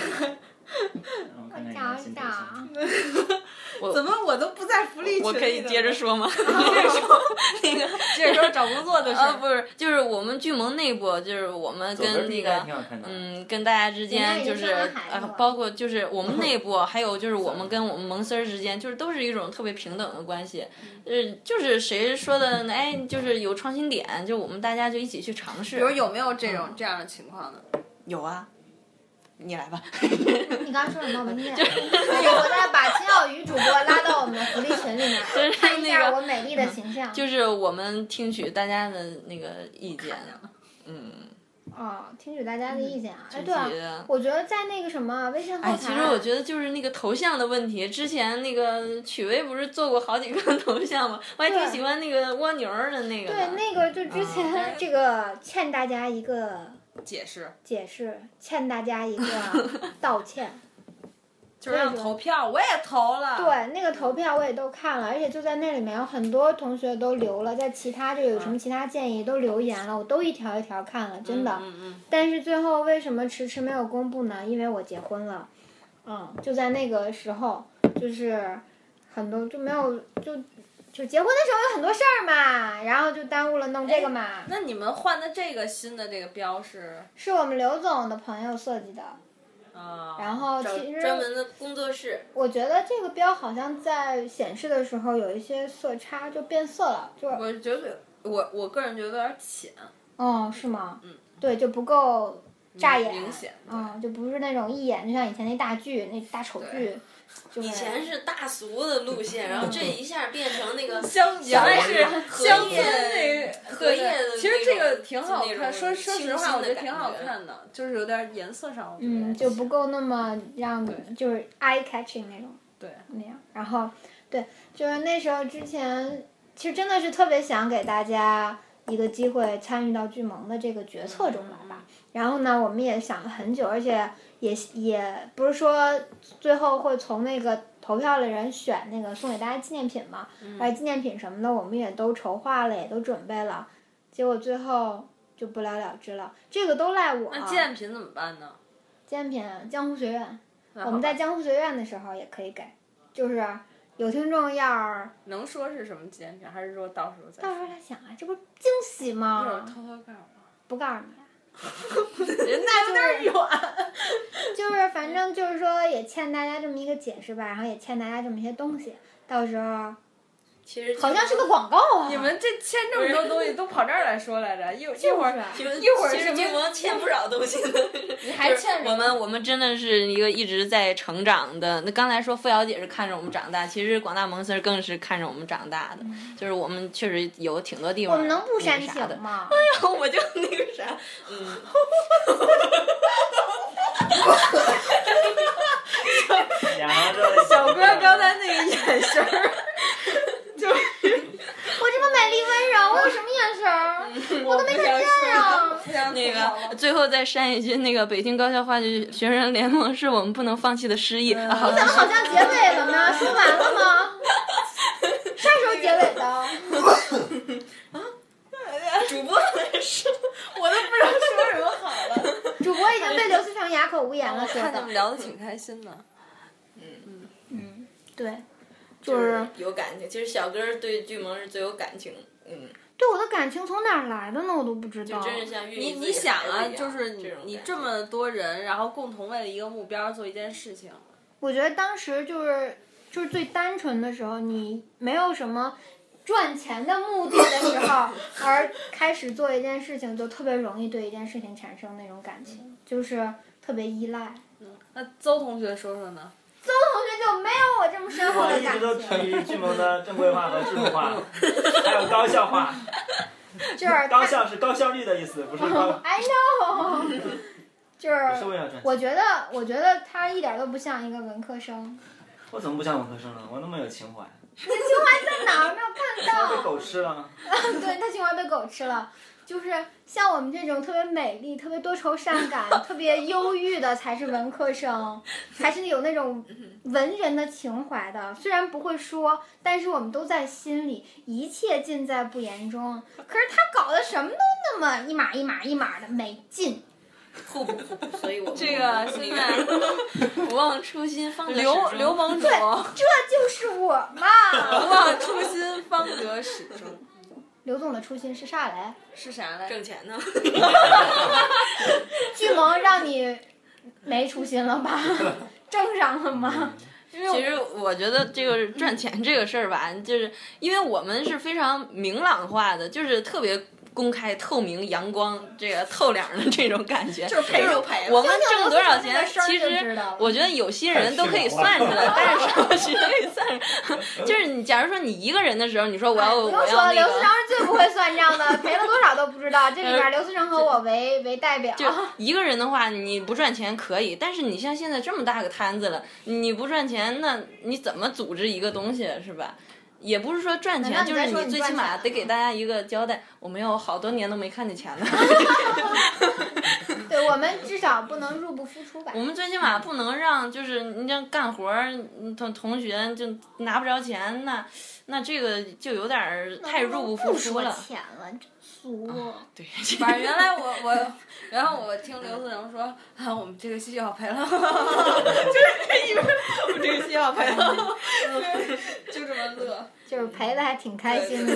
我看看
找
嗯
你的
一
新头
找
像。
啊。
(laughs) 怎么我都不在福利群里
我可以接
(laughs)
着
呢
说吗？接着说那个
(laughs) 接着说找工作的事 (laughs)
呃，
儿。
不是，就是我们巨盟内部，就是我们
左边
跟
儿
那
应该
个
挺好看的。
(laughs)
嗯，跟大家之间就是
人家已经上了海
呃
了，
包括就是我们内部，还有就是我们跟我们萌丝儿之间，就是都是一种特别平等的关系。呃，就是谁说的，哎，就是有创新点，就我们大家就一起去尝试。
比如有没有这种这样的情况呢？
有啊，你来吧。 (laughs)
你刚刚说什么？我没听见。我在把金小鱼主播拉到我们的福利群里面，
(laughs) 就是
看一
那
下
个嗯
我美丽的形象。
就是我们听取大家的那个意见，嗯，
哦，听取大家的意见啊！哎，
具
对啊
体，的
我觉得在那个什么微信后台，
哎，其实我觉得就是那个头像的问题。之前那个曲薇不是做过好几个 (laughs) 头像吗？我还挺
对
喜欢那个蜗牛儿的那个
对
的。
那个就之前
嗯
这个欠大家一个
解释
解释，欠大家一
(laughs)
个道歉。
就是让投票，我也投了。
对，那个投票我也都看了，而且就在那里面有很多同学都留了，在其他就有什么其他建议都留言了，我都一条一条看了，真的。
嗯嗯，
但是最后为什么迟迟没有公布呢？因为我结婚了，嗯，就在那个时候，就是很多就没有就就结婚的时候有很多事儿嘛，然后就耽误了弄这个嘛。
哎那你们换的这个新的这个标是
是我们刘总的朋友设计的，
啊？
然后其实
专门的工作室，
我觉得这个标好像在显示的时候有一些色差，就变色了，就
我觉得我我个人觉得有点浅，
哦，是吗？
嗯，
对，就不够扎眼，
明显对
嗯，就不是那种一眼就像以前那大剧那大丑剧
对，
就
以前是大俗的路线，然后这一下变成那个
乡原来是
荷叶
乡村那
荷叶的那种
其实这个挺好
那
看，
种
说说实
清
话，
新
我觉
的
得挺
感
好
觉
看的，就是有点颜色上我觉得
嗯，就不够那么让
对
就是 eye catching 那种
对。
那样。然后对，就是那时候之前，其实真的是特别想给大家一个机会参与到巨盟的这个决策中来
嗯
吧。然后呢，我们也想了很久，而且也也不是说最后会从那个投票的人选那个送给大家纪念品嘛，
嗯
而纪念品什么的我们也都筹划了，也都准备了，结果最后就不了了之了。这个都赖我。啊
那纪念品怎么办呢？
监品江湖学院，
那
我们
好吧
在江湖学院的时候也可以给，就是有听众要是
能说是什么纪念品，还是说到时候再
到时
说？
候他想啊，这不是惊喜
一会儿
吗？
偷偷告诉我，
不告诉你，啊
人家有点
啊
远。
就是反正就是说也欠大家这么一个解释吧，然后也欠大家这么一些东西，到时候
其实
好像是个广告啊。
你们这签这么多东西都跑这儿来说来着，一会儿一会
就
儿
是啊
你们
一会儿
其实
什么
这帮欠不少东西的，
(laughs) 你还欠着
我们我们真的是一个一直在成长的。那刚才说付瑶姐是看着我们长大，其实广大萌丝儿更是看着我们长大的。
嗯
就是我们确实有挺多地方
我们能不
那
煽
个啥的
情，吗？(laughs)
(laughs) 我就那个啥，嗯，
然后就
小哥刚才那个眼
(laughs)
神儿，
我这么美丽温柔，啊我有什么眼神儿？
嗯我都没看见
啊
啊
那个最后再删一句，那个北京高校话剧学生联盟是我们不能放弃的诗意。啊好，
怎么好像结尾了呢？说完了吗？
(laughs)
啥时候结尾的？
主播也是，
我都不知道说什么好了。
主播已经对刘思成哑口无言了，说
看你
的
们。聊的挺开心的，
嗯，对，就
就是是有感情。其实小哥儿对巨萌是最有感情，嗯，
对我的感情从哪儿来的呢？我都不知
就
道。
真是
哦
像孕育
你
自己
你想
孩
啊，
子一样
就是你
这种
你
感
这
觉
么多人，然后共同为了一个目标做一件事情，
我觉得当时就是就是最单纯的时候，你没有什么赚钱的目的的时 (laughs) 候，而开始做一件事情，就特别容易对一件事情产生那种感情，就是特别依赖。
那邹同学说说呢？
邹同学就没有我这么深厚
(laughs) 我
的
一直
感 (laughs)
都处
情，
于巨萌的正规化和制度化，还有高效化。
就是他
高效是高效率的意思，不是高，
I know，就是 (laughs)
不是为了赚钱。
我觉得，我觉得他一点都不像一个文科生，
我怎么不像文科生呢？我那么有情怀，
在哪儿没有看
被
到？
狗吃了。
对，他喜欢被狗吃了。就是像我们这种特别美丽、特别多愁善感、特别忧郁的，才是文科生，才是有那种文人的情怀的。虽然不会说，但是我们都在心里，一切尽在不言中。可是他搞得什么都那么一码一码一码的，没劲。
互补互补，
(laughs)
所以我们
这个
(laughs)
现在不忘初心方得始
流
终
流氓主，
这就是我
不
嘛！ (laughs)
忘初心方得始终。
刘总的初心是啥来？
是啥来？
挣钱呢。
巨萌让你没初心了吧？ (laughs) 挣上了吗？
其实我觉得这个赚钱这个事儿吧，就是因为我们是非常明朗化的，就是特别公开、透明、阳光、这个透亮的这种感觉。
就是赔就赔了
我们挣多少
听听刘
钱
思思那个声，儿
其
就
实
知道了
我觉得有些人都可以算出 (laughs) 来，但是我是可以算出来。就是 (laughs) 你，假如说你一个人的时候，你说我
哎
要
不
我
用哎说
要
了，
那
刘思成
个，呃
是最不会算账的，赔了多少都不知道。这里边刘思成和我为为代表，
就一个人的话，你不赚钱可以，但是你像现在这么大个摊子了，你不赚钱，那你怎么组织一个东西是吧？也不是说赚
难
钱，
道
就
你
是
在说你
最
赚
起码
钱
得给大家一个交代。我没有好多年都没看见钱了， (laughs)
对我们至少不能入不敷出吧
我。们最起码不能让就是你这样干活儿，嗯同同学就拿不着钱，那那这个就有点儿太入不敷
不
出
说
了。啊
钱了，真俗。
对，
反正原来我我，然后我听刘思成说啊，我们这个戏要赔 (laughs) 了，就是这一边我们这个戏要赔了， (laughs) 就这么乐，
就是赔的还挺开心的，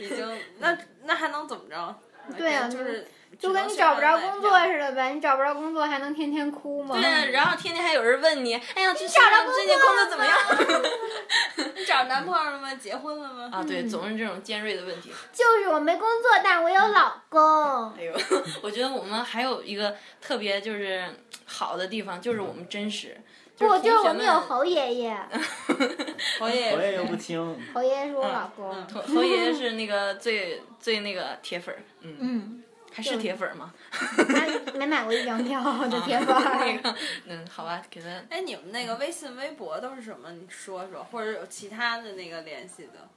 已经 (laughs) 那那还能怎么着？
对啊
就是
就跟你找不着工作似的呗。你找不着工作还能天天哭吗？
(laughs) 对，啊然后天天还有人问你，哎呀，最近最近工作怎么样？
你找男朋友了吗？结婚了吗？
啊，对，总是这种尖锐的问题。
就是我没工作，但我有老公。
哎呦，我觉得我们还有一个特别就是好的地方，就是我们真实。
不，
是
就是
同学
我们
们
有侯爷
(laughs)
爷，
我
我也
也
又不听，
侯爷爷是我老公。
头头爷爷是那个最最那个铁粉儿，嗯，
嗯，
还是铁粉儿吗？
他没买过一张票的铁粉儿。
啊那个，嗯，好吧，给他。
哎，你们那个微信、微博都是什么？你说说，或者有其他的那个联系的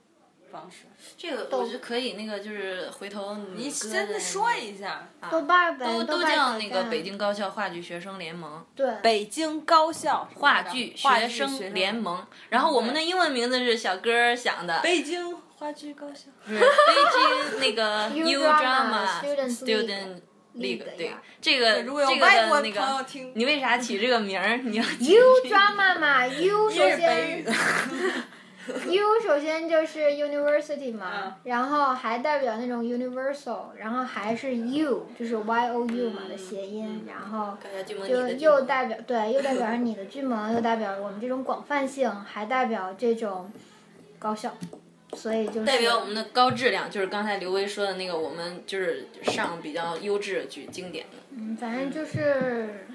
方式？
这个我觉得可以，那个就是回头
你
你
真的说一下。啊
豆瓣儿呗，
都
豆
都
瓣儿
叫
小
那个
站
北京高校话剧学生联盟。
对
北京高校
话剧学生联，盟，然后我们的英文名字是小哥儿想的，
北京话剧高校。
是 Beijing 那个
(laughs) U
U
Drama
Drama
Student
Student League，
League，
对 (laughs)
呀
这个
如果有
这个
外国
的
朋
那
友
个，
听，
你为啥起这个名儿？你要
U drama 嘛，U
(laughs)
首
这是北
先
语的，
U 首先就是 University 嘛
嗯，
然后还代表那种 Universal，然后还是 U，就是 Y O U 嘛的谐
嗯
音，然后
大家就蒙你
就
的剧
又
目
代表对，又代表着你的剧盟，又代表我们这种广泛性，还代表这种高校，所以就是
代表我们的高质量，就是刚才刘薇说的那个，我们就是上比较优质的剧、经典的。
嗯，反正就是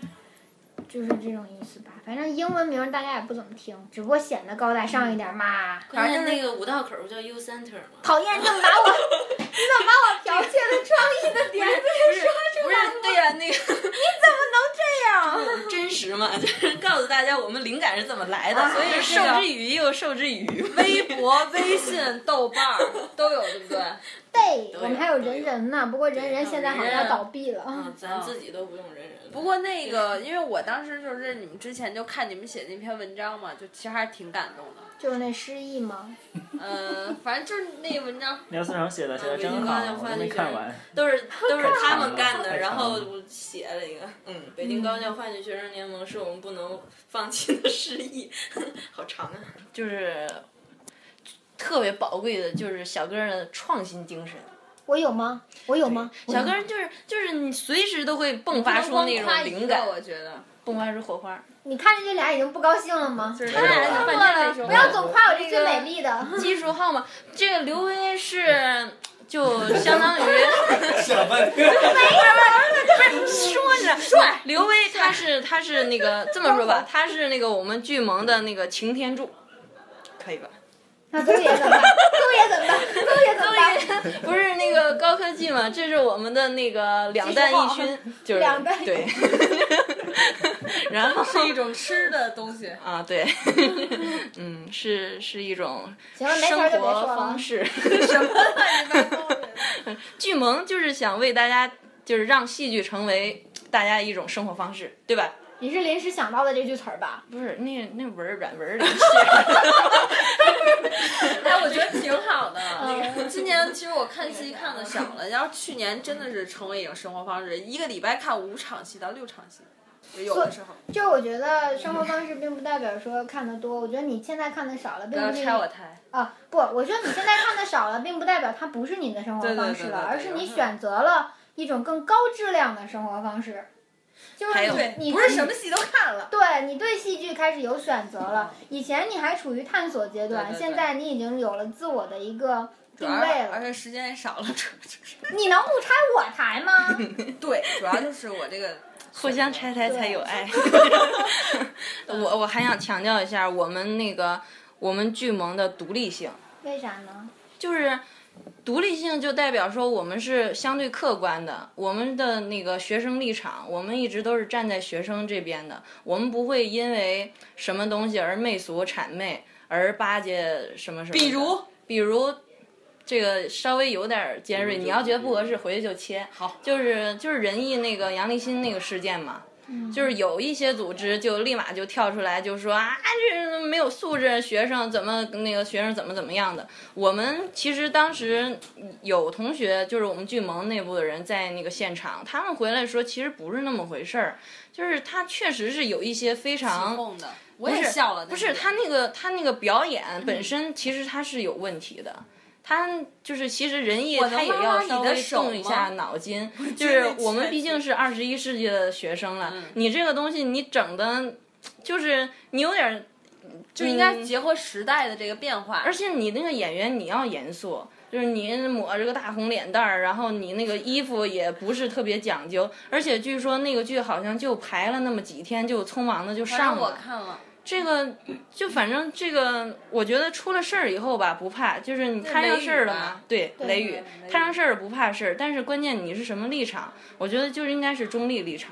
就是这种意思吧。反正英文名大家也不怎么听，只不过显得高大上一点 (laughs) 嘛。
关键
那个五道口不叫 U Center 吗？
讨厌，你怎么把我，你怎么把我剽窃的创意的点子给说出
不
来？
是，对呀、那个
怎么能这样？
真实嘛， (laughs) 就是告诉大家我们灵感啊是怎么来的，所以
这个
授之以鱼又授之以渔。
(laughs) 微博、微信、豆瓣儿都有，对不对？
对，
有
我们还有人人呢，不过人人现在好像要倒闭了
嗯，。咱自己都不用人人
(laughs)
了。
不过那个，因为我当时就是你们之前就看你们写那篇文章嘛，就其实还是挺感动的。
就是那失忆吗？
呃
嗯、反正就是那个文章，
刘思成写的写的
北
真
京
好
高校，
我
话
都没
剧
看完。
都是都是他们干
太长了
的，然后
太长
我写了一个，啊嗯，北京高校话剧学生联盟是我们不能放弃的诗意，好长啊， (laughs) 就是特别宝贵的，就是小哥儿的创新精神。
我有吗？我有吗？
小哥儿就是就是你随时都会迸发
他
出那种灵感，
我觉得
迸发出火花。
你看见这俩已经不高兴了吗？
就是
当然
他
啊了
半天没说
不要总夸我
那
是
个
最美丽的。
技术号嘛，这个刘威是就相当于。
(laughs) 想半
(laughs)
天， (laughs)
说着帅，刘威他是他是那个这么说吧，他是那个我们巨盟的那个擎天柱，可以吧？
(laughs) 那邹爷怎么办？邹爷怎么办？邹爷怎么办？
不是那个高科技嘛，这是我们的那个两弹一
技术
勋，就是
两弹一
对， (laughs) 然后
是一种吃的东西。
啊，
(laughs)
对，嗯，是是一种
行了，没词儿就
生
别说
活
了啊
方。
(laughs)
式。(laughs)
什么乱七八糟的？
剧萌就是想为大家，就是让戏剧成为大家一种生活方式，对吧？
你是临时想到的这句词儿吧？
不是那那文儿软文 (laughs) 儿的
哎，我觉得挺好的。
嗯
今年其实我看戏看的少了，要是去年真的是成为一种生活方式，一个礼拜看五场戏到六场戏，有的时候。
就我觉得生活方式并不代表说看的多，我觉得你现在看的少了，并
不要
不是
拆我台，
啊，不，我说你现在看的少了，并不代表它不是你的生活方式了，而
对对对对对
是你
有时候
选择了一种更高质量的生活方式。就
还
是
有
你，你
不是什么戏都看了。
对你对戏剧开始有选择了，以前你还处于探索阶段，
对对对
现在你已经有了自我的一个
主
定
要
位
而
了。
且时间也少了，主要就是
你能不拆我台
(laughs)
吗？
对，主要就是我这个
互相拆台才有爱。
啊
(laughs) 我我还想强调一下，我们那个我们剧萌的独立性，
为啥呢？
就是独立性就代表说我们是相对客观的，我们的那个学生立场，我们一直都是站在学生这边的，我们不会因为什么东西而媚俗谄媚，而巴结什么什么的。
(laughs) 比如
比如这个稍微有点儿尖锐，你要觉得不合适，回去就切。
好
就是就是仁义那个杨立新那个事件嘛。就是有一些组织就立马就跳出来就说啊，这没有素质学生怎么那个学生怎么怎么样的。我们其实当时有同学，就是我们剧盟内部的人在那个现场，他们回来说其实不是那么回事儿，就是他确实是有一些非常
蹦的，我也笑了。嗯
不是他那个他那个表演本身，其实他是有问题的。他就是其实仁义，
我能
他也
拉
要
拉你
稍
的
微
手
动一
吗
下脑筋。就
真
是
的
我们
气
毕竟
死
是二十一世纪的学生了
嗯，
你这个东西你整的，就是你有点儿，
就应该结合时代的这个变化，
而且你那个演员你要严肃。就是你抹着个大红脸蛋儿，然后你那个衣服也不是特别讲究，而且据说那个剧好像就排了那么几天，就匆忙的就
反正
上了。
我看了，
这个就反正这个，我觉得出了事儿以后吧，不怕，就是你摊上事儿了
啊
嘛，对，雷
雷
雨
雨
摊上事儿不怕事儿，但是关键你是什么立场，我觉得就是应该是中立立场。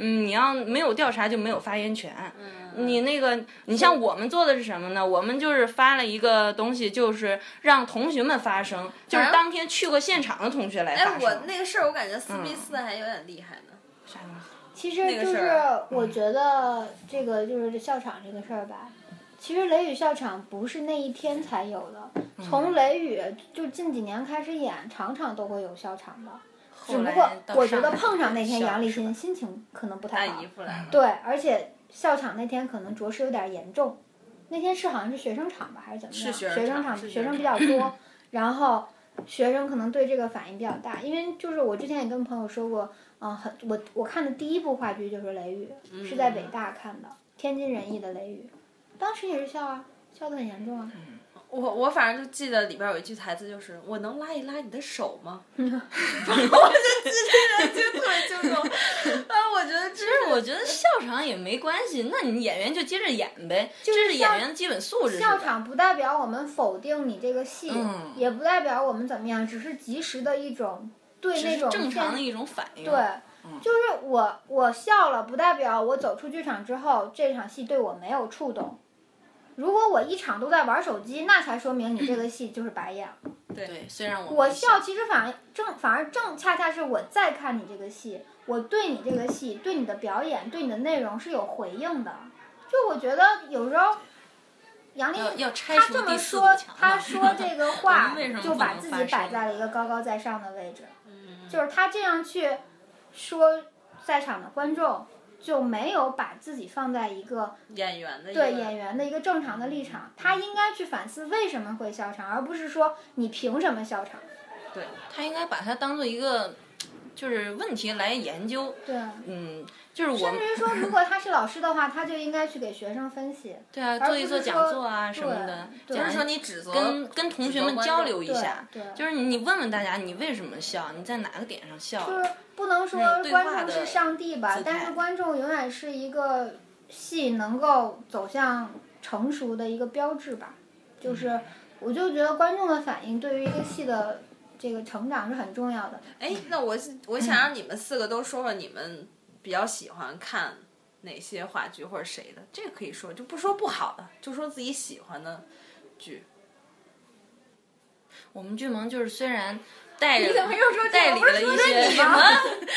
嗯，你要没有调查就没有发言权。
嗯
你那个，你像我们做的是什么呢？我们就是发了一个东西，就是让同学们发声，就
正
是当天去过现场的同学来
哎，
发声。
我那个事儿，我感觉四比四还有点厉害呢。
其实
个
就
事
是
儿
我觉得这个就是校场这个事儿吧。其实雷雨校场不是那一天才有的，
嗯
从雷雨就近几年开始演，场场都会有校场的。只不过我觉得碰上那天杨立新心情可能不太好
姨，夫来了，
对，而且校场那天可能着实有点严重。那天是好像是学生场吧，还是怎么样？
是学
学
生场
场，
是
学
学
生
生
比较多，然后学生可能对这个反应比较大，因为就是我之前也跟朋友说过，嗯、很我我看的第一部话剧就是《雷雨》，是在北大看的，天津人艺的《雷雨》，当时也是笑啊，笑得很严重啊。
我我反正就记得里边有一句台词，就是“我能拉一拉你的手吗？”
(laughs)
我就记得这个就特别清楚。啊，我觉得这
其实我觉得笑场也没关系，那你演员就接着演呗，这是
笑
演员的基本素质是吧。
笑场不代表我们否定你这个戏，
嗯
也不代表我们怎么样，只是及时的一种对
只
那
是
种
正常
现
的一种反应。
对，就是我我笑了，不代表我走出剧场之后这场戏对我没有触动。如果我一场都在玩手机，那才说明你这个戏就是白演了。
对，虽然我
我
没
笑，其实反而正反而正恰恰是我在看你这个戏，我对你这个戏、对你的表演、对你的内容是有回应的。就我觉得有时候杨丽
要要拆
他
除
这
第
么
四
说
堵墙，
他
了
说这个话
(laughs) 我们为什么
就
不
把
能
自
发
己摆
声嗯
在了一个高高在上的位置，就是他这样去说，在场的观众就没有把自己放在一个
演员的一个
对演员的一个正常的立场，他应该去反思为什么会笑场，而不是说你凭什么笑场。
他应该把它当做一个就是问题来研究。
对，
嗯，就是
(laughs)
我
甚
们
至于说，如果他是老师的话，他就应该去给学生分析。
对啊，
而
做
不
一
是
做讲
说
座啊什么
对
的，
对
讲
不
一
是说你指责
跟跟同学们交流一
对
下。
对，
就是你问问大家，你为什么笑？你在哪个点上笑
就
了？
是不能说
那对话
观众
的
是上帝吧
姿，
但
态
是观众永远是一个戏能够走向成熟的一个标志吧。
嗯
就是，我就觉得观众的反应对于一个戏的这个成长是很
(laughs)
重要的。
哎，那我我想让你们四个都说说你们比较喜欢看
哪些话剧或者谁的，这个可以说，就不说不好的，就说自己喜欢的剧。我们剧盟就是虽然带着
你怎么 (laughs) 又说
代理了一些
什么？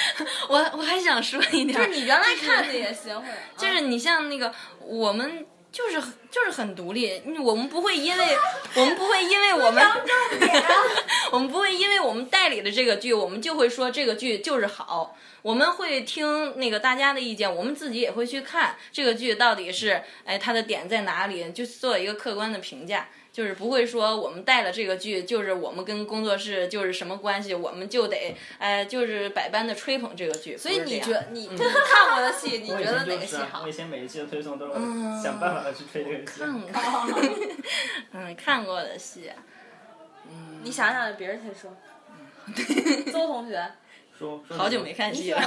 (laughs) 我我还想说一
(laughs)
点
就
儿，
是你原来看的也行，或者啊
就是你像那个我们。就是很就是很独立，嗯我们不会因为我们不会因为我们 (laughs) 我们不会因为我们代理的这个剧，我们就会说这个剧就是好。我们会听那个大家的意见，我们自己也会去看这个剧到底是哎它的点在哪里，就做一个客观的评价。就是不会说我们带了这个剧，就是我们跟工作室就是什么关系，我们就得哎就是百般的吹捧这个剧。
所以
不是
你
这样
觉你你看过的戏，你
我
觉
以
得
前
哪
就
个戏
是啊，
好
我以？前每一期的推送都是我想办法的去推这个戏。
看过， (laughs) 嗯，看过的戏啊，
你想想，别人先说。邹同学，
说说
好久没看戏了。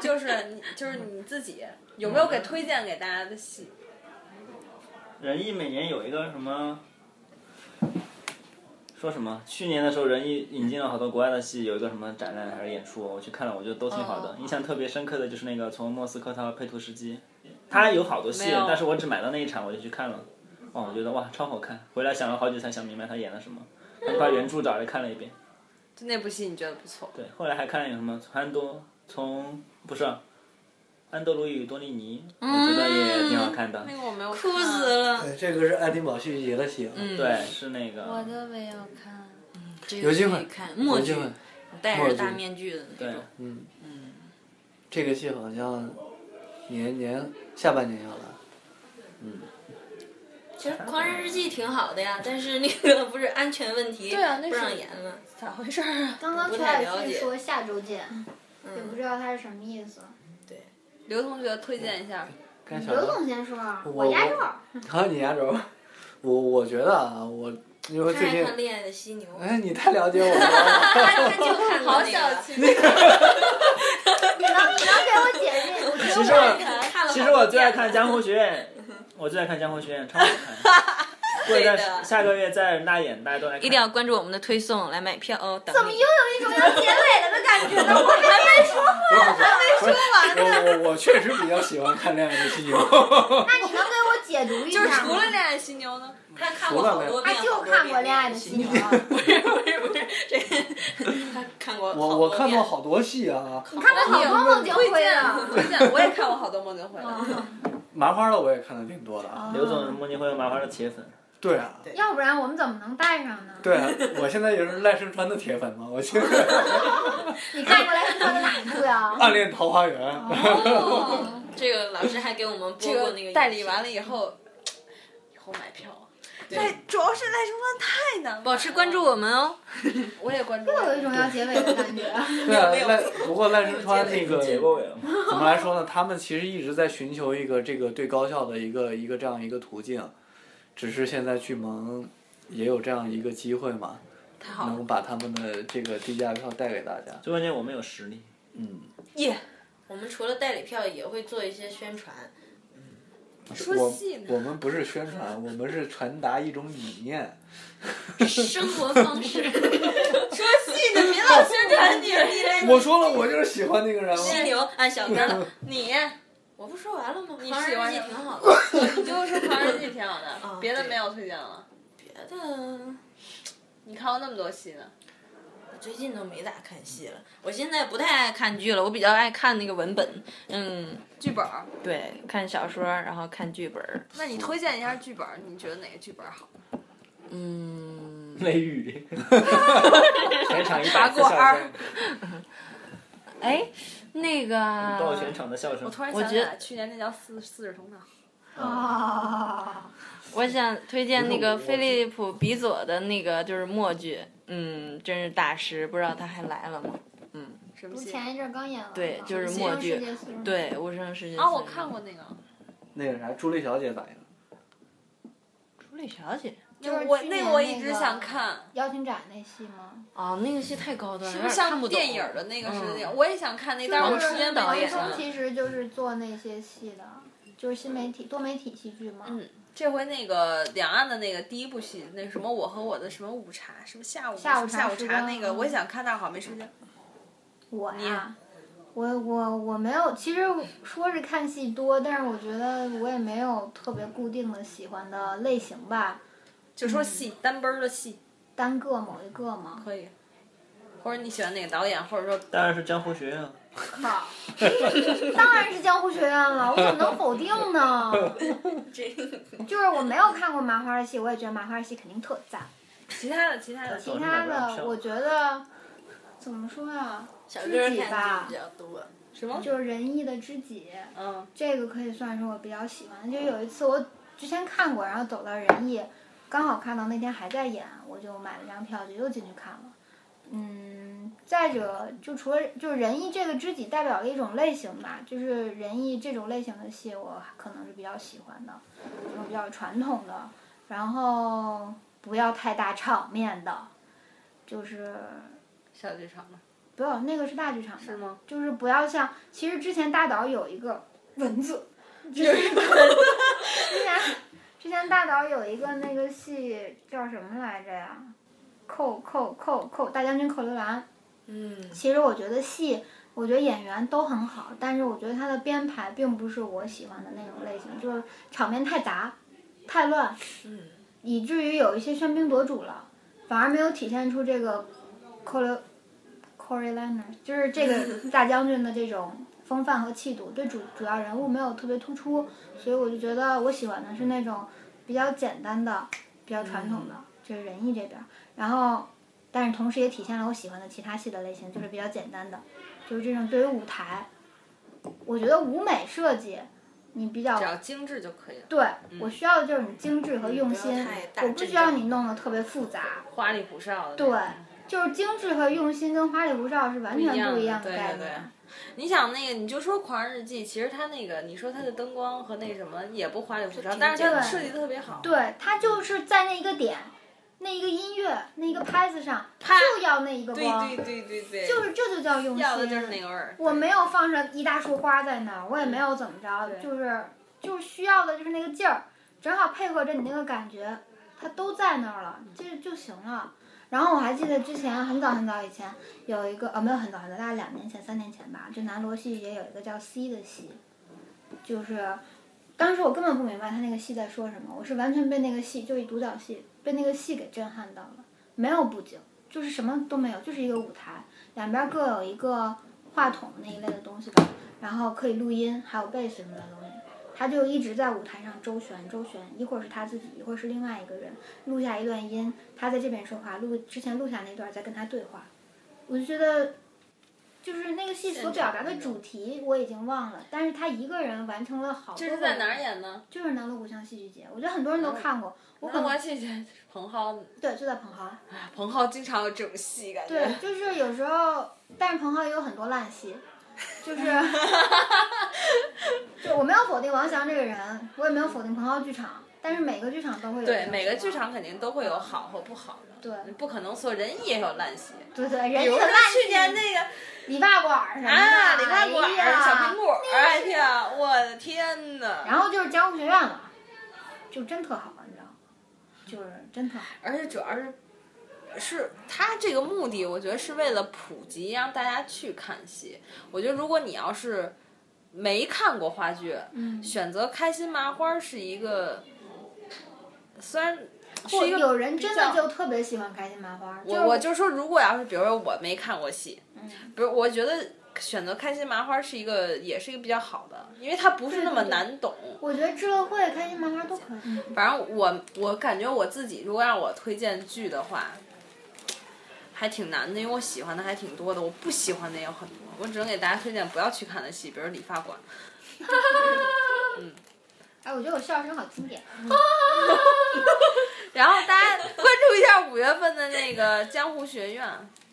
就是你就是你自己有没有给推荐给大家的戏？
仁义每年有一个什么？说什么？去年的时候，仁义引进了好多国外的戏，有一个什么展览还是演出，我去看了，我觉得都挺好的。
哦
印象特别深刻的就是那个从莫斯科到佩图什基，它有好多戏
没有，
但是我只买到那一场，我就去看了。哦哇，我觉得哇超好看，回来想了好久才想明白他演了什么，我就把原著找来看了一遍。
就那部戏你觉得不错？
对，后来还看了有什么安多从不是啊安德鲁与多利尼，我觉得也挺好看的。
那个我没有哭
哭死。了！
对，这个是爱丁堡戏剧节的戏啊。
嗯
对，是那个。
我都没有看。
这
有
个
机
可
会
以看，
有
默
机
剧，
会，
戴
默
着
剧
大面具的那
对
种。，
嗯嗯，这个戏好像年年下半年要来。嗯，
其实《狂人日记》挺好的呀，但是那个不是安全问题，
对啊那是
不让演了。
咋回事儿啊？
刚刚
不
崔
太
尔
了
旭
解嗯
说下周见，也不知道他是什么意思。
(laughs) 刘同学推荐一
(laughs)
下，
该小
刘
刘，
总先说，啊
我
压轴。
好，你压轴。我我觉得啊，我因为
他
最
还
近
看，《恋爱的犀牛》，
哎，你太了解我了。
他就看过
好
那
小
个。
气。你
你能你能给我解释？
(laughs)
我
其实啊
听
我
我
看了
其
好
实
多
我最爱
遍
看《江湖学院》，我最爱看《江湖学院》，超好看。过一段
对的
下个月在人大演，大家都来看。
一定要关注我们的推送来买票哦。怎
怎么又有一种要结尾了的感觉呢？我还没说话，
不是我我我确实比较喜欢看《恋爱的犀牛》，
那你能给我解读一
就是
下
除
吗
了？恋爱犀牛呢？
他看过好多
他
遍，
就看过《恋爱的犀牛》
好多遍。
啊，
(laughs) 不是不是不是，这 (laughs) 他看过好多
我我
遍。
看过好多戏啊，
你看过好多梦境
推
会
荐
啊。哦
推荐，我也看过好多梦境会的。
麻花的我也看的挺多的啊。
刘总是莫金辉和麻花的铁粉，
对啊，对
要不然我们怎么能带上呢？
啊，我现在也是赖声川的铁粉嘛，我现在
你看过《来自的哪一部呀？
暗恋桃花源。
哦，这个老师还给我们播
这
过那个
个代理完了以后，以后买票。赖主要是赖声川太难了，
保持关注我们哦。
我也关注。
又有一种要结尾的感觉。
(laughs)
对啊，赖不过赖声川那
已
个
经结过尾了吗？
怎么来说呢？他们其实一直在寻求一个这个对高校的一个一个这样一个途径，只是现在巨盟也有这样一个机会嘛，
好
能把他们的这个低价票带给大家。
就关键我们有实
(laughs)
力。
嗯，
耶，
我们除了代理票，也会做一些宣 (laughs) 传。
说
我
戏呢。
我们不是宣传，我们是传达一种理念。
生活方 (laughs) 式，
说戏呢，别老宣传你。
我说了，我就是喜欢那个人。
犀牛啊，小哥 (laughs) 了。
你
我不说完了吗？你
喜欢
记
什么
挺好的。
你就说《狂人日记》挺好的
哦
啊，
别的
对
没有推荐了。
别的，
你看过那么多戏呢？
我最近都没咋看戏了。我现在不太爱看剧了，我比较爱看那个文本。嗯，
剧本儿，
对，看小说，然后看剧本儿。
那你推荐一下剧本儿，你觉得哪个剧本儿好？
嗯，
内娱， (laughs) 全场一百
拔
个
罐
笑
儿
声，
哎，那
爆全
个，
场的笑声
我。突然
嗯我
想起
觉
来，去年那叫四四世同堂。
啊，
我想推荐那个
不是我
菲利普·比佐的那个就是默剧，嗯，真是大师，不知道他还来了吗？
什么
不是
戏？
前一阵刚演完吗。
对就是
西
默
方世
剧
界四十
对，《无声世界》
啊，我看过那个，
那个啥，朱莉小姐咋样？
朱莉小姐。
就是
我
去
那
年
个我一直
那个
想看，
邀请展那戏吗？
啊，那个戏太高端了，
是不是
有点看
像
不懂
电影儿的那个是那
嗯
样？我也想看那，但是
王
我时
春
间
导
没
演
演啊
的
王春
了。
其实就是做那些戏的，就是新媒体多媒体戏剧嘛。
嗯，这回那个两岸的那个第一部戏，那什么我和我的什么午茶，什么下午
下午茶
下午
时
茶
光
那个，
嗯
我也想看，但是好像没时间。
我呀，我我我没有，其实说是看戏多，但是我觉得我也没有特别固定的喜欢的类型吧，
就说戏单奔儿的戏
单个某一个嘛。
可以，或者你喜欢哪个导演，或者说
当然是江湖学院。啊
靠，当然是江湖学院了，我怎么能否定
(laughs)
呢？就是我没有看过麻花的戏，我也觉得麻花的戏肯定特赞。
其他的其他的
其他的，我觉得怎么说呀？
小
知
哥
己
看的
吧
比较多，
什么？
就是仁义的知己，
嗯，
这个可以算是我比较喜欢的。就有一次我之前看过，然后走到仁义，刚好看到那天还在演，我就买了张票，就又进去看了。嗯，再者，就除了就是仁义这个知己代表了一种类型吧，就是仁义这种类型的戏，我可能是比较喜欢的，就是比较传统的，然后不要太大场面的，就是
小剧场吗？
不要那个是大剧场的，
是吗？
就是不要像，其实之前大导有一个蚊
(laughs)
子， (laughs) 就是之前之前大导有一个那个戏叫什么来着呀？寇寇寇寇大将军寇留兰。
嗯，
其实我觉得戏，我觉得演员都很好，但是我觉得他的编排并不是我喜欢的那种类型，就是场面太杂、太乱，
嗯，
以至于有一些喧宾夺主了，反而没有体现出这个 c o r Corey l e n a r 就是这个大将军的这种风范和气度，对主主要人物没有特别突出，所以我就觉得我喜欢的是那种比较简单的、比较传统的，就是仁义这边儿，然后。但是同时也体现了我喜欢的其他戏的类型，就是比较简单的，就是这种对于舞台，我觉得舞美设计，你比较
只要精致就可以了，
对、
嗯
我需要的就是你精致和用心，
不要太大
我不需要你弄得特别复杂，
花里胡哨的。
对，就是精致和用心跟花里胡哨是完全不一样的
对
概
对
念。
对。你想那个，你就说《狂人日记》，其实它那个，你说它的灯光和那什么也不花里胡哨，但是它的设计得特别好。
对，它就是在那一个点，那一个音乐，那一个拍子上，
啪
就要那一个光，
对对对对，
就是这就叫用心。
要的就是那个味儿。
我没有放上一大束花在那儿，我也没有怎么着，就是就是需要的就是那个劲儿，正好配合着你那个感觉，它都在那儿了，这就行了。然后我还记得之前很早很早以前有一个，呃、没有很早很早，大概两年前、三年前吧，就南锣戏剧节有一个叫 C 的戏，就是当时我根本不明白他那个戏在说什么，我是完全被那个戏，就是一独角戏，被那个戏给震撼到了，没有布景，就是什么都没有，就是一个舞台，两边各有一个话筒那一类的东西吧，然后可以录音，还有贝斯什么的东西。他就一直在舞台上周旋周旋，一会儿是他自己，一会儿是另外一个人，录下一段音，他在这边说话，录之前录下那段再跟他对话。我就觉得，就是那个戏所表达的主题我已经忘了，但是他一个人完成了好多。
这是在哪儿？演呢？
就是南锣鼓巷戏剧节，我觉得很多人都看过。我可
那
能
我谢谢彭浩，
对就在彭浩。
彭浩经常有这种戏，感觉
对，
(laughs)
就是有时候，但是彭浩也有很多烂戏，就是，就我没有否定王翔这个人，我也没有否定彭浩剧场，但是每个剧场都会有这
对
种
每个
情
剧
况
场肯定都会有好和不好的，
对
不可能所有人艺也有烂戏。
对对，人
比如
家
说
的烂
去年
戏
那个
理发馆儿什么的，
啊，李大管、
哎呀
小苹果，哎呀，我的天呐！
然后就是江湖学院了，就真特好玩儿，你知道吗？就是真特好玩儿，
而且主要是，是他这个目的，我觉得是为了普及，让大家去看戏。我觉得如果你要是没看过话剧，
嗯，
选择开心麻花是一个，虽然
或
是一个
有人真的
比较
就特别喜欢开心麻花儿，
我我就说，如果要是比如说我没看过戏，
嗯
不是，我觉得选择开心麻花是一个，也是一个比较好的，因为它不是那么
对对对
难懂。
我觉得智乐会、开心麻花都可以，
反正我我感觉我自己，如果让我推荐剧的话，还挺难的，因为我喜欢的还挺多的，我不喜欢的也有很多。我只能给大家推荐不要去看的戏，比如《理发馆
哎，我觉得我笑声好经
(laughs)
典。》。
然后大家关注一下五月份的那个《江湖学院》，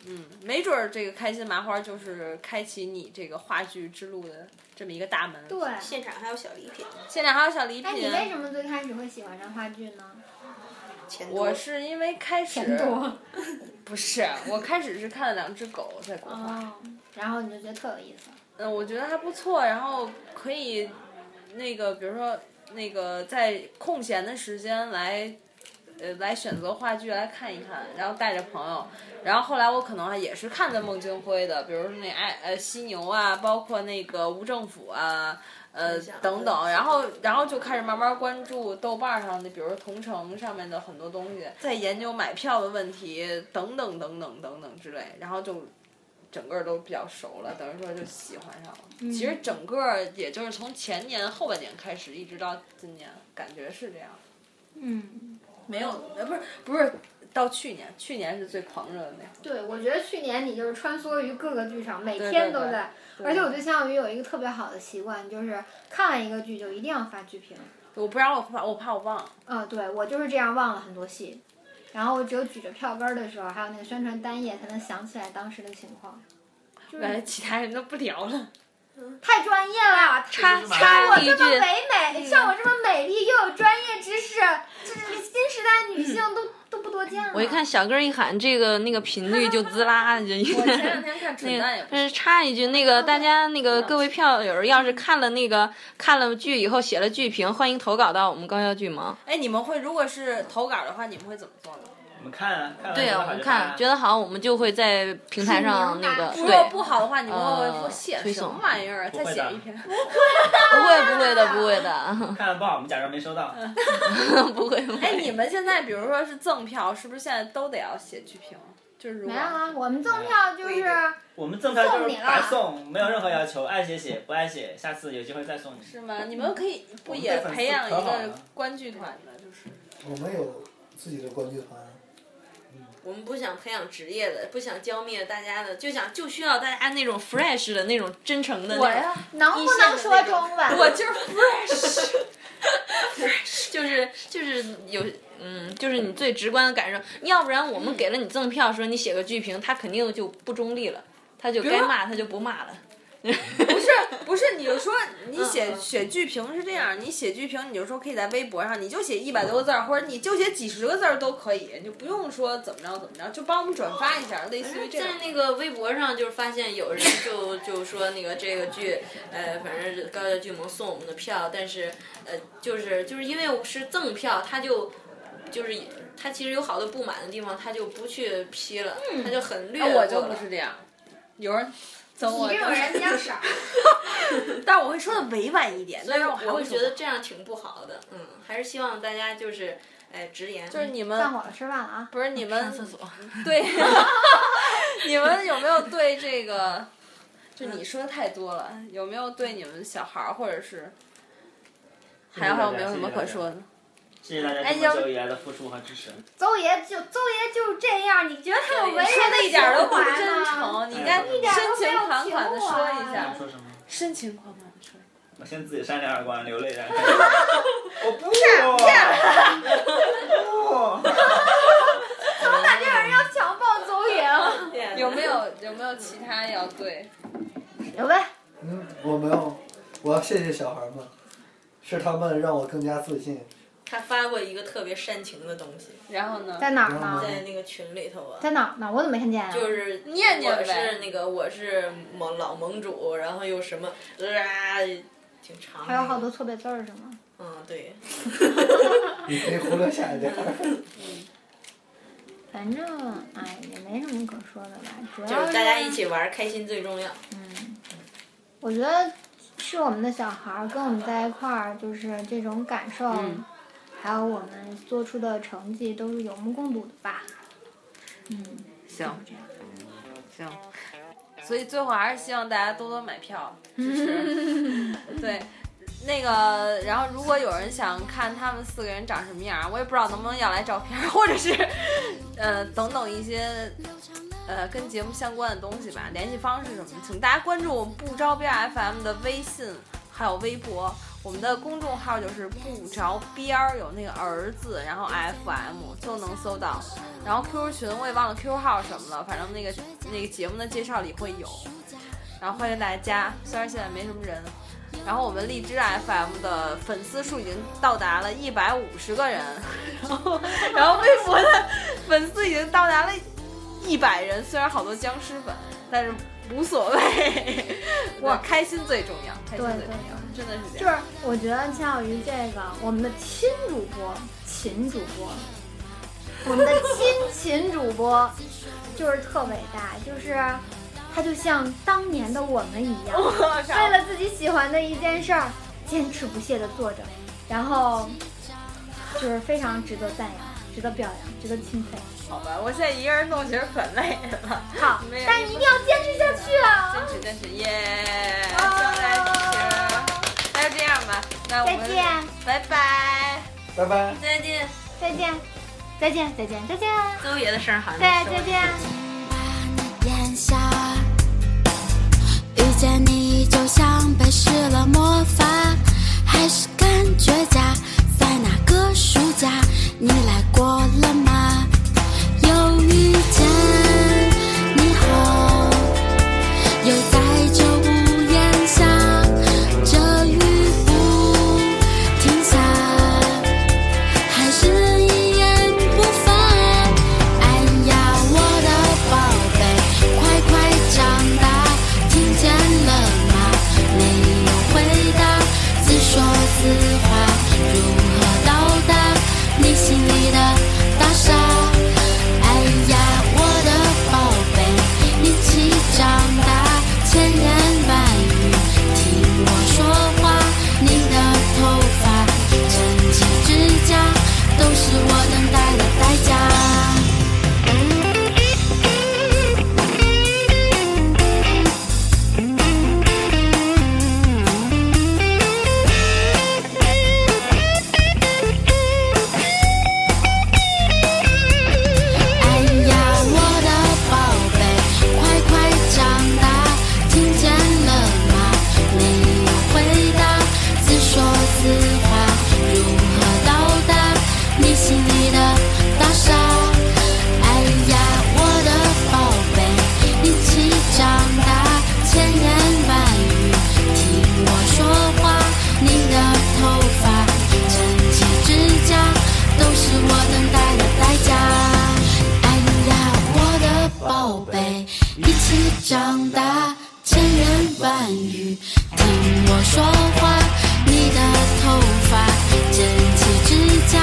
嗯，没准儿这个开心麻花就是开启你这个话剧之路的这么一个大门。
对，
现场还有小礼品，
现在还有小礼
那你
品。
为什么最开始会喜欢上话剧呢？
钱多
我是因为开始
多
不是，我开始是看了两只狗在国画，
哦，然后你就觉得特有意思。
嗯，我觉得还不错，然后可以那个，比如说那个在空闲的时间来呃来选择话剧来看一看，然后带着朋友。然后后来我可能还也是看的孟京辉的，比如说那爱呃犀牛啊，包括那个无政府啊，呃等等。然后然后就开始慢慢关注豆瓣上的，比如说同城上面的很多东西，在研究买票的问题等等等等等等之类，然后就。整个都比较熟了，等于说就喜欢上了。其实整个也就是从前年后半年开始，一直到今年，感觉是这样。
嗯，
没有，呃，不是不是，到去年，去年是最狂热的那会儿。
对，我觉得去年你就是穿梭于各个剧场，每
对
天
对
都
对
在。
对
而且我对项羽有一个特别好的习惯，就是看完一个剧就一定要发剧评。
我不然我怕我怕我忘了。
啊，对我就是这样忘了很多戏，然后我只有举着票根儿的时候，还有那个宣传单页，才能想起来当时的情况。
感觉其他人都不聊了。
太专业了，
插
太像
插
我
一
这么
句，
唯美，像我这么美丽又有专业知识，这是新时代女性都、都不多见了。
我一看小哥一喊这个那个频率就滋啦，就一
(laughs) 我前两天 (laughs) 看蠢蛋也不
但是插一句，那个大家那个各位票友，要是看了那个看了剧以后写了剧评，欢迎投稿到我们高校剧盟。
哎，你们会如果是投稿的话，你们会怎么做呢？
我们看啊，看完
对
觉得
呀，我
好
们
就发呀
看觉得好，我们就会在平台上那个
如
对，
果不好的话，你们会
呃
说写
推
什么
送
玩意儿？啊再
不会的
写一篇。
不会不会的不会的， (laughs)
看完不好，我们假装没收到。
不会不
哎，
会。
你们现在比如说是赠票，是不是现在都得要写剧评？就是如
没
果
有啊，我们赠票就
不一
是
定
我们赠票就
送你
是
了
白送，没有任何要求，爱写写，不爱写，下次有机会再送你。
是吗？你们可以不
我们
也
对粉丝
培养一
可好
个
了
观剧团的？就是
我们有自己的观剧团，
我们不想培养职业的，不想浇灭大家的，就想
就需要大家那种 fresh 的那种真诚的那种，
我
哎
呀，
能不能说中文？
我就是 fresh。
(laughs) 就是就是有嗯，就是你最直观的感受。要不然我
嗯
们给了你赠票，说你写个剧评，他肯定就不中立了，他就
啊
该骂他就不骂了。
不
(laughs)
是 (laughs) 不是，你就说你写写剧评是这样，你写剧评你就说可以在微博上，你就写一百多个字儿，或者你就写几十个字儿都可以，你就不用说怎么着怎么着，就帮我们转发一下，类似于这哎种
哎
在。那个微博上，就是发现有人就就说那个这个剧，呃，反正是高校剧盟送我们的票，但是呃，就是就是因为我是赠票，他就就是他其实有好多不满的地方，他就不去批了，
嗯
他就很略
啊
哎
过
我
了。
就不是这样，有人怎我
你这种人比较 (laughs) 少。
但我会说的委婉一点，
所以
但是我还
我会
会说
觉得这样挺不好的，嗯，还是希望大家就是哎直言，
就是你们
散伙了，吃饭了啊！
不是你们
上厕所。
对， (laughs) 你们有没有对这个？就你说的太多了，有没有对你们小孩儿或者是还有还有没有什么可说的？
谢谢大家
哎
这
要
么久以来的付出和支持。
邹爷就邹爷就是这样，你觉得他有为 (laughs)
说
人
的一点儿
情
都不
怀吗
真诚，你应
哎
该
一点
儿
深
都没
情
有
款款的
情
说
怀啊
一
你
下
想，说什么？
深情款款的说一
我先自己扇两耳光，流
(laughs)
泪，然后我不，我不，
感觉有人要强暴邹爷了。
啊
下。有没有有没有其他要对？
刘备，
嗯，我没有，我要谢谢小孩儿们，是他们让我更加自信。
他发过一个特别煽情的东西，
然后呢？
在哪儿
然后
呢？
在那个群里头啊，
在哪儿呢？我怎么没看见啊？
就是
念念
我
呗
是那个我是盟老盟主，然后又什么啊，挺长。
还有好多。错别字儿是吗？
嗯，
(laughs)
对。
你可以忽略下一点。
反正哎，也没什么可说的吧，主要
就是大家一。起玩儿，开心最重要。
嗯，我觉得是我们的小孩儿跟我们在一块儿，就是这种感受，
嗯
还有我们做出的成绩都是有目共睹的吧。嗯，
行
就是这样。
行，所以最后还是希望大家多多买 (laughs) 票，支持。对，那个，然后如果有人想看他们四个人长什么样儿，我也不知道能不能要来照片儿，或者是，呃，等等一些，呃，跟节目相关的东西吧，联系方式什么，请大家关注我们不着边儿 FM 的微信还有微博。我们的公众号就是不着边儿，有那个儿字，然后 FM 就能搜到。然后 QQ 群我也忘了 QQ 号什么了，反正那个那个节目的介绍里会有。然后欢迎大家，虽然现在没什么人。然后我们荔枝 FM 的粉丝数已经到达了一百五十个人，然后然后微博的粉丝已经到达了一百人，虽然好多僵尸粉，但是无所谓， (laughs) 我开心最重要，开心最重要，真的是这
就
样。
是我觉得恰好于这个，我们的亲主播、秦主播，
我们的亲秦主播就是特伟大，就是他就像当年的我们一
(laughs)
样，为了自己喜欢的一件事儿，坚持不懈的做着，然后就是非常值得赞扬、值得表扬、值得钦佩。
好吧，我现在一个人弄其实可累了。
好
(laughs) 没有，
但一定哦要坚持下去啊！
坚持坚持，耶！希望大家支持。那就这样吧，那我
再
们
见，
拜拜，
拜拜。
再见，
再见，再见，再见，再见，
邹爷的声儿好像
对
没，收
再见。
眼下，遇见你就像被施了魔法，还是感觉假。在哪个暑假，你来过了吗？又遇见你后，又在这屋檐下，这雨不停下，还是一言不发。哎呀，我的宝贝，快快长大，听见了吗？没有回答，自说自话，如何到达你心里的大厦？哎呀，我的宝贝，一起长大，千言万语，听我说话，你的头发，整齐指甲，都是我等待的代价。哎呀，我的宝贝，快快长大，听见了吗？没有回答，自说自话，如何到达你心里的大厦？哎呀，我的宝贝，一起长大，千言万语，听我说话，你的头发，整齐指甲，都是我等待的代价。哎呀，我的宝贝，一起长大，千言万语，听我说话，你的头发，整齐指甲，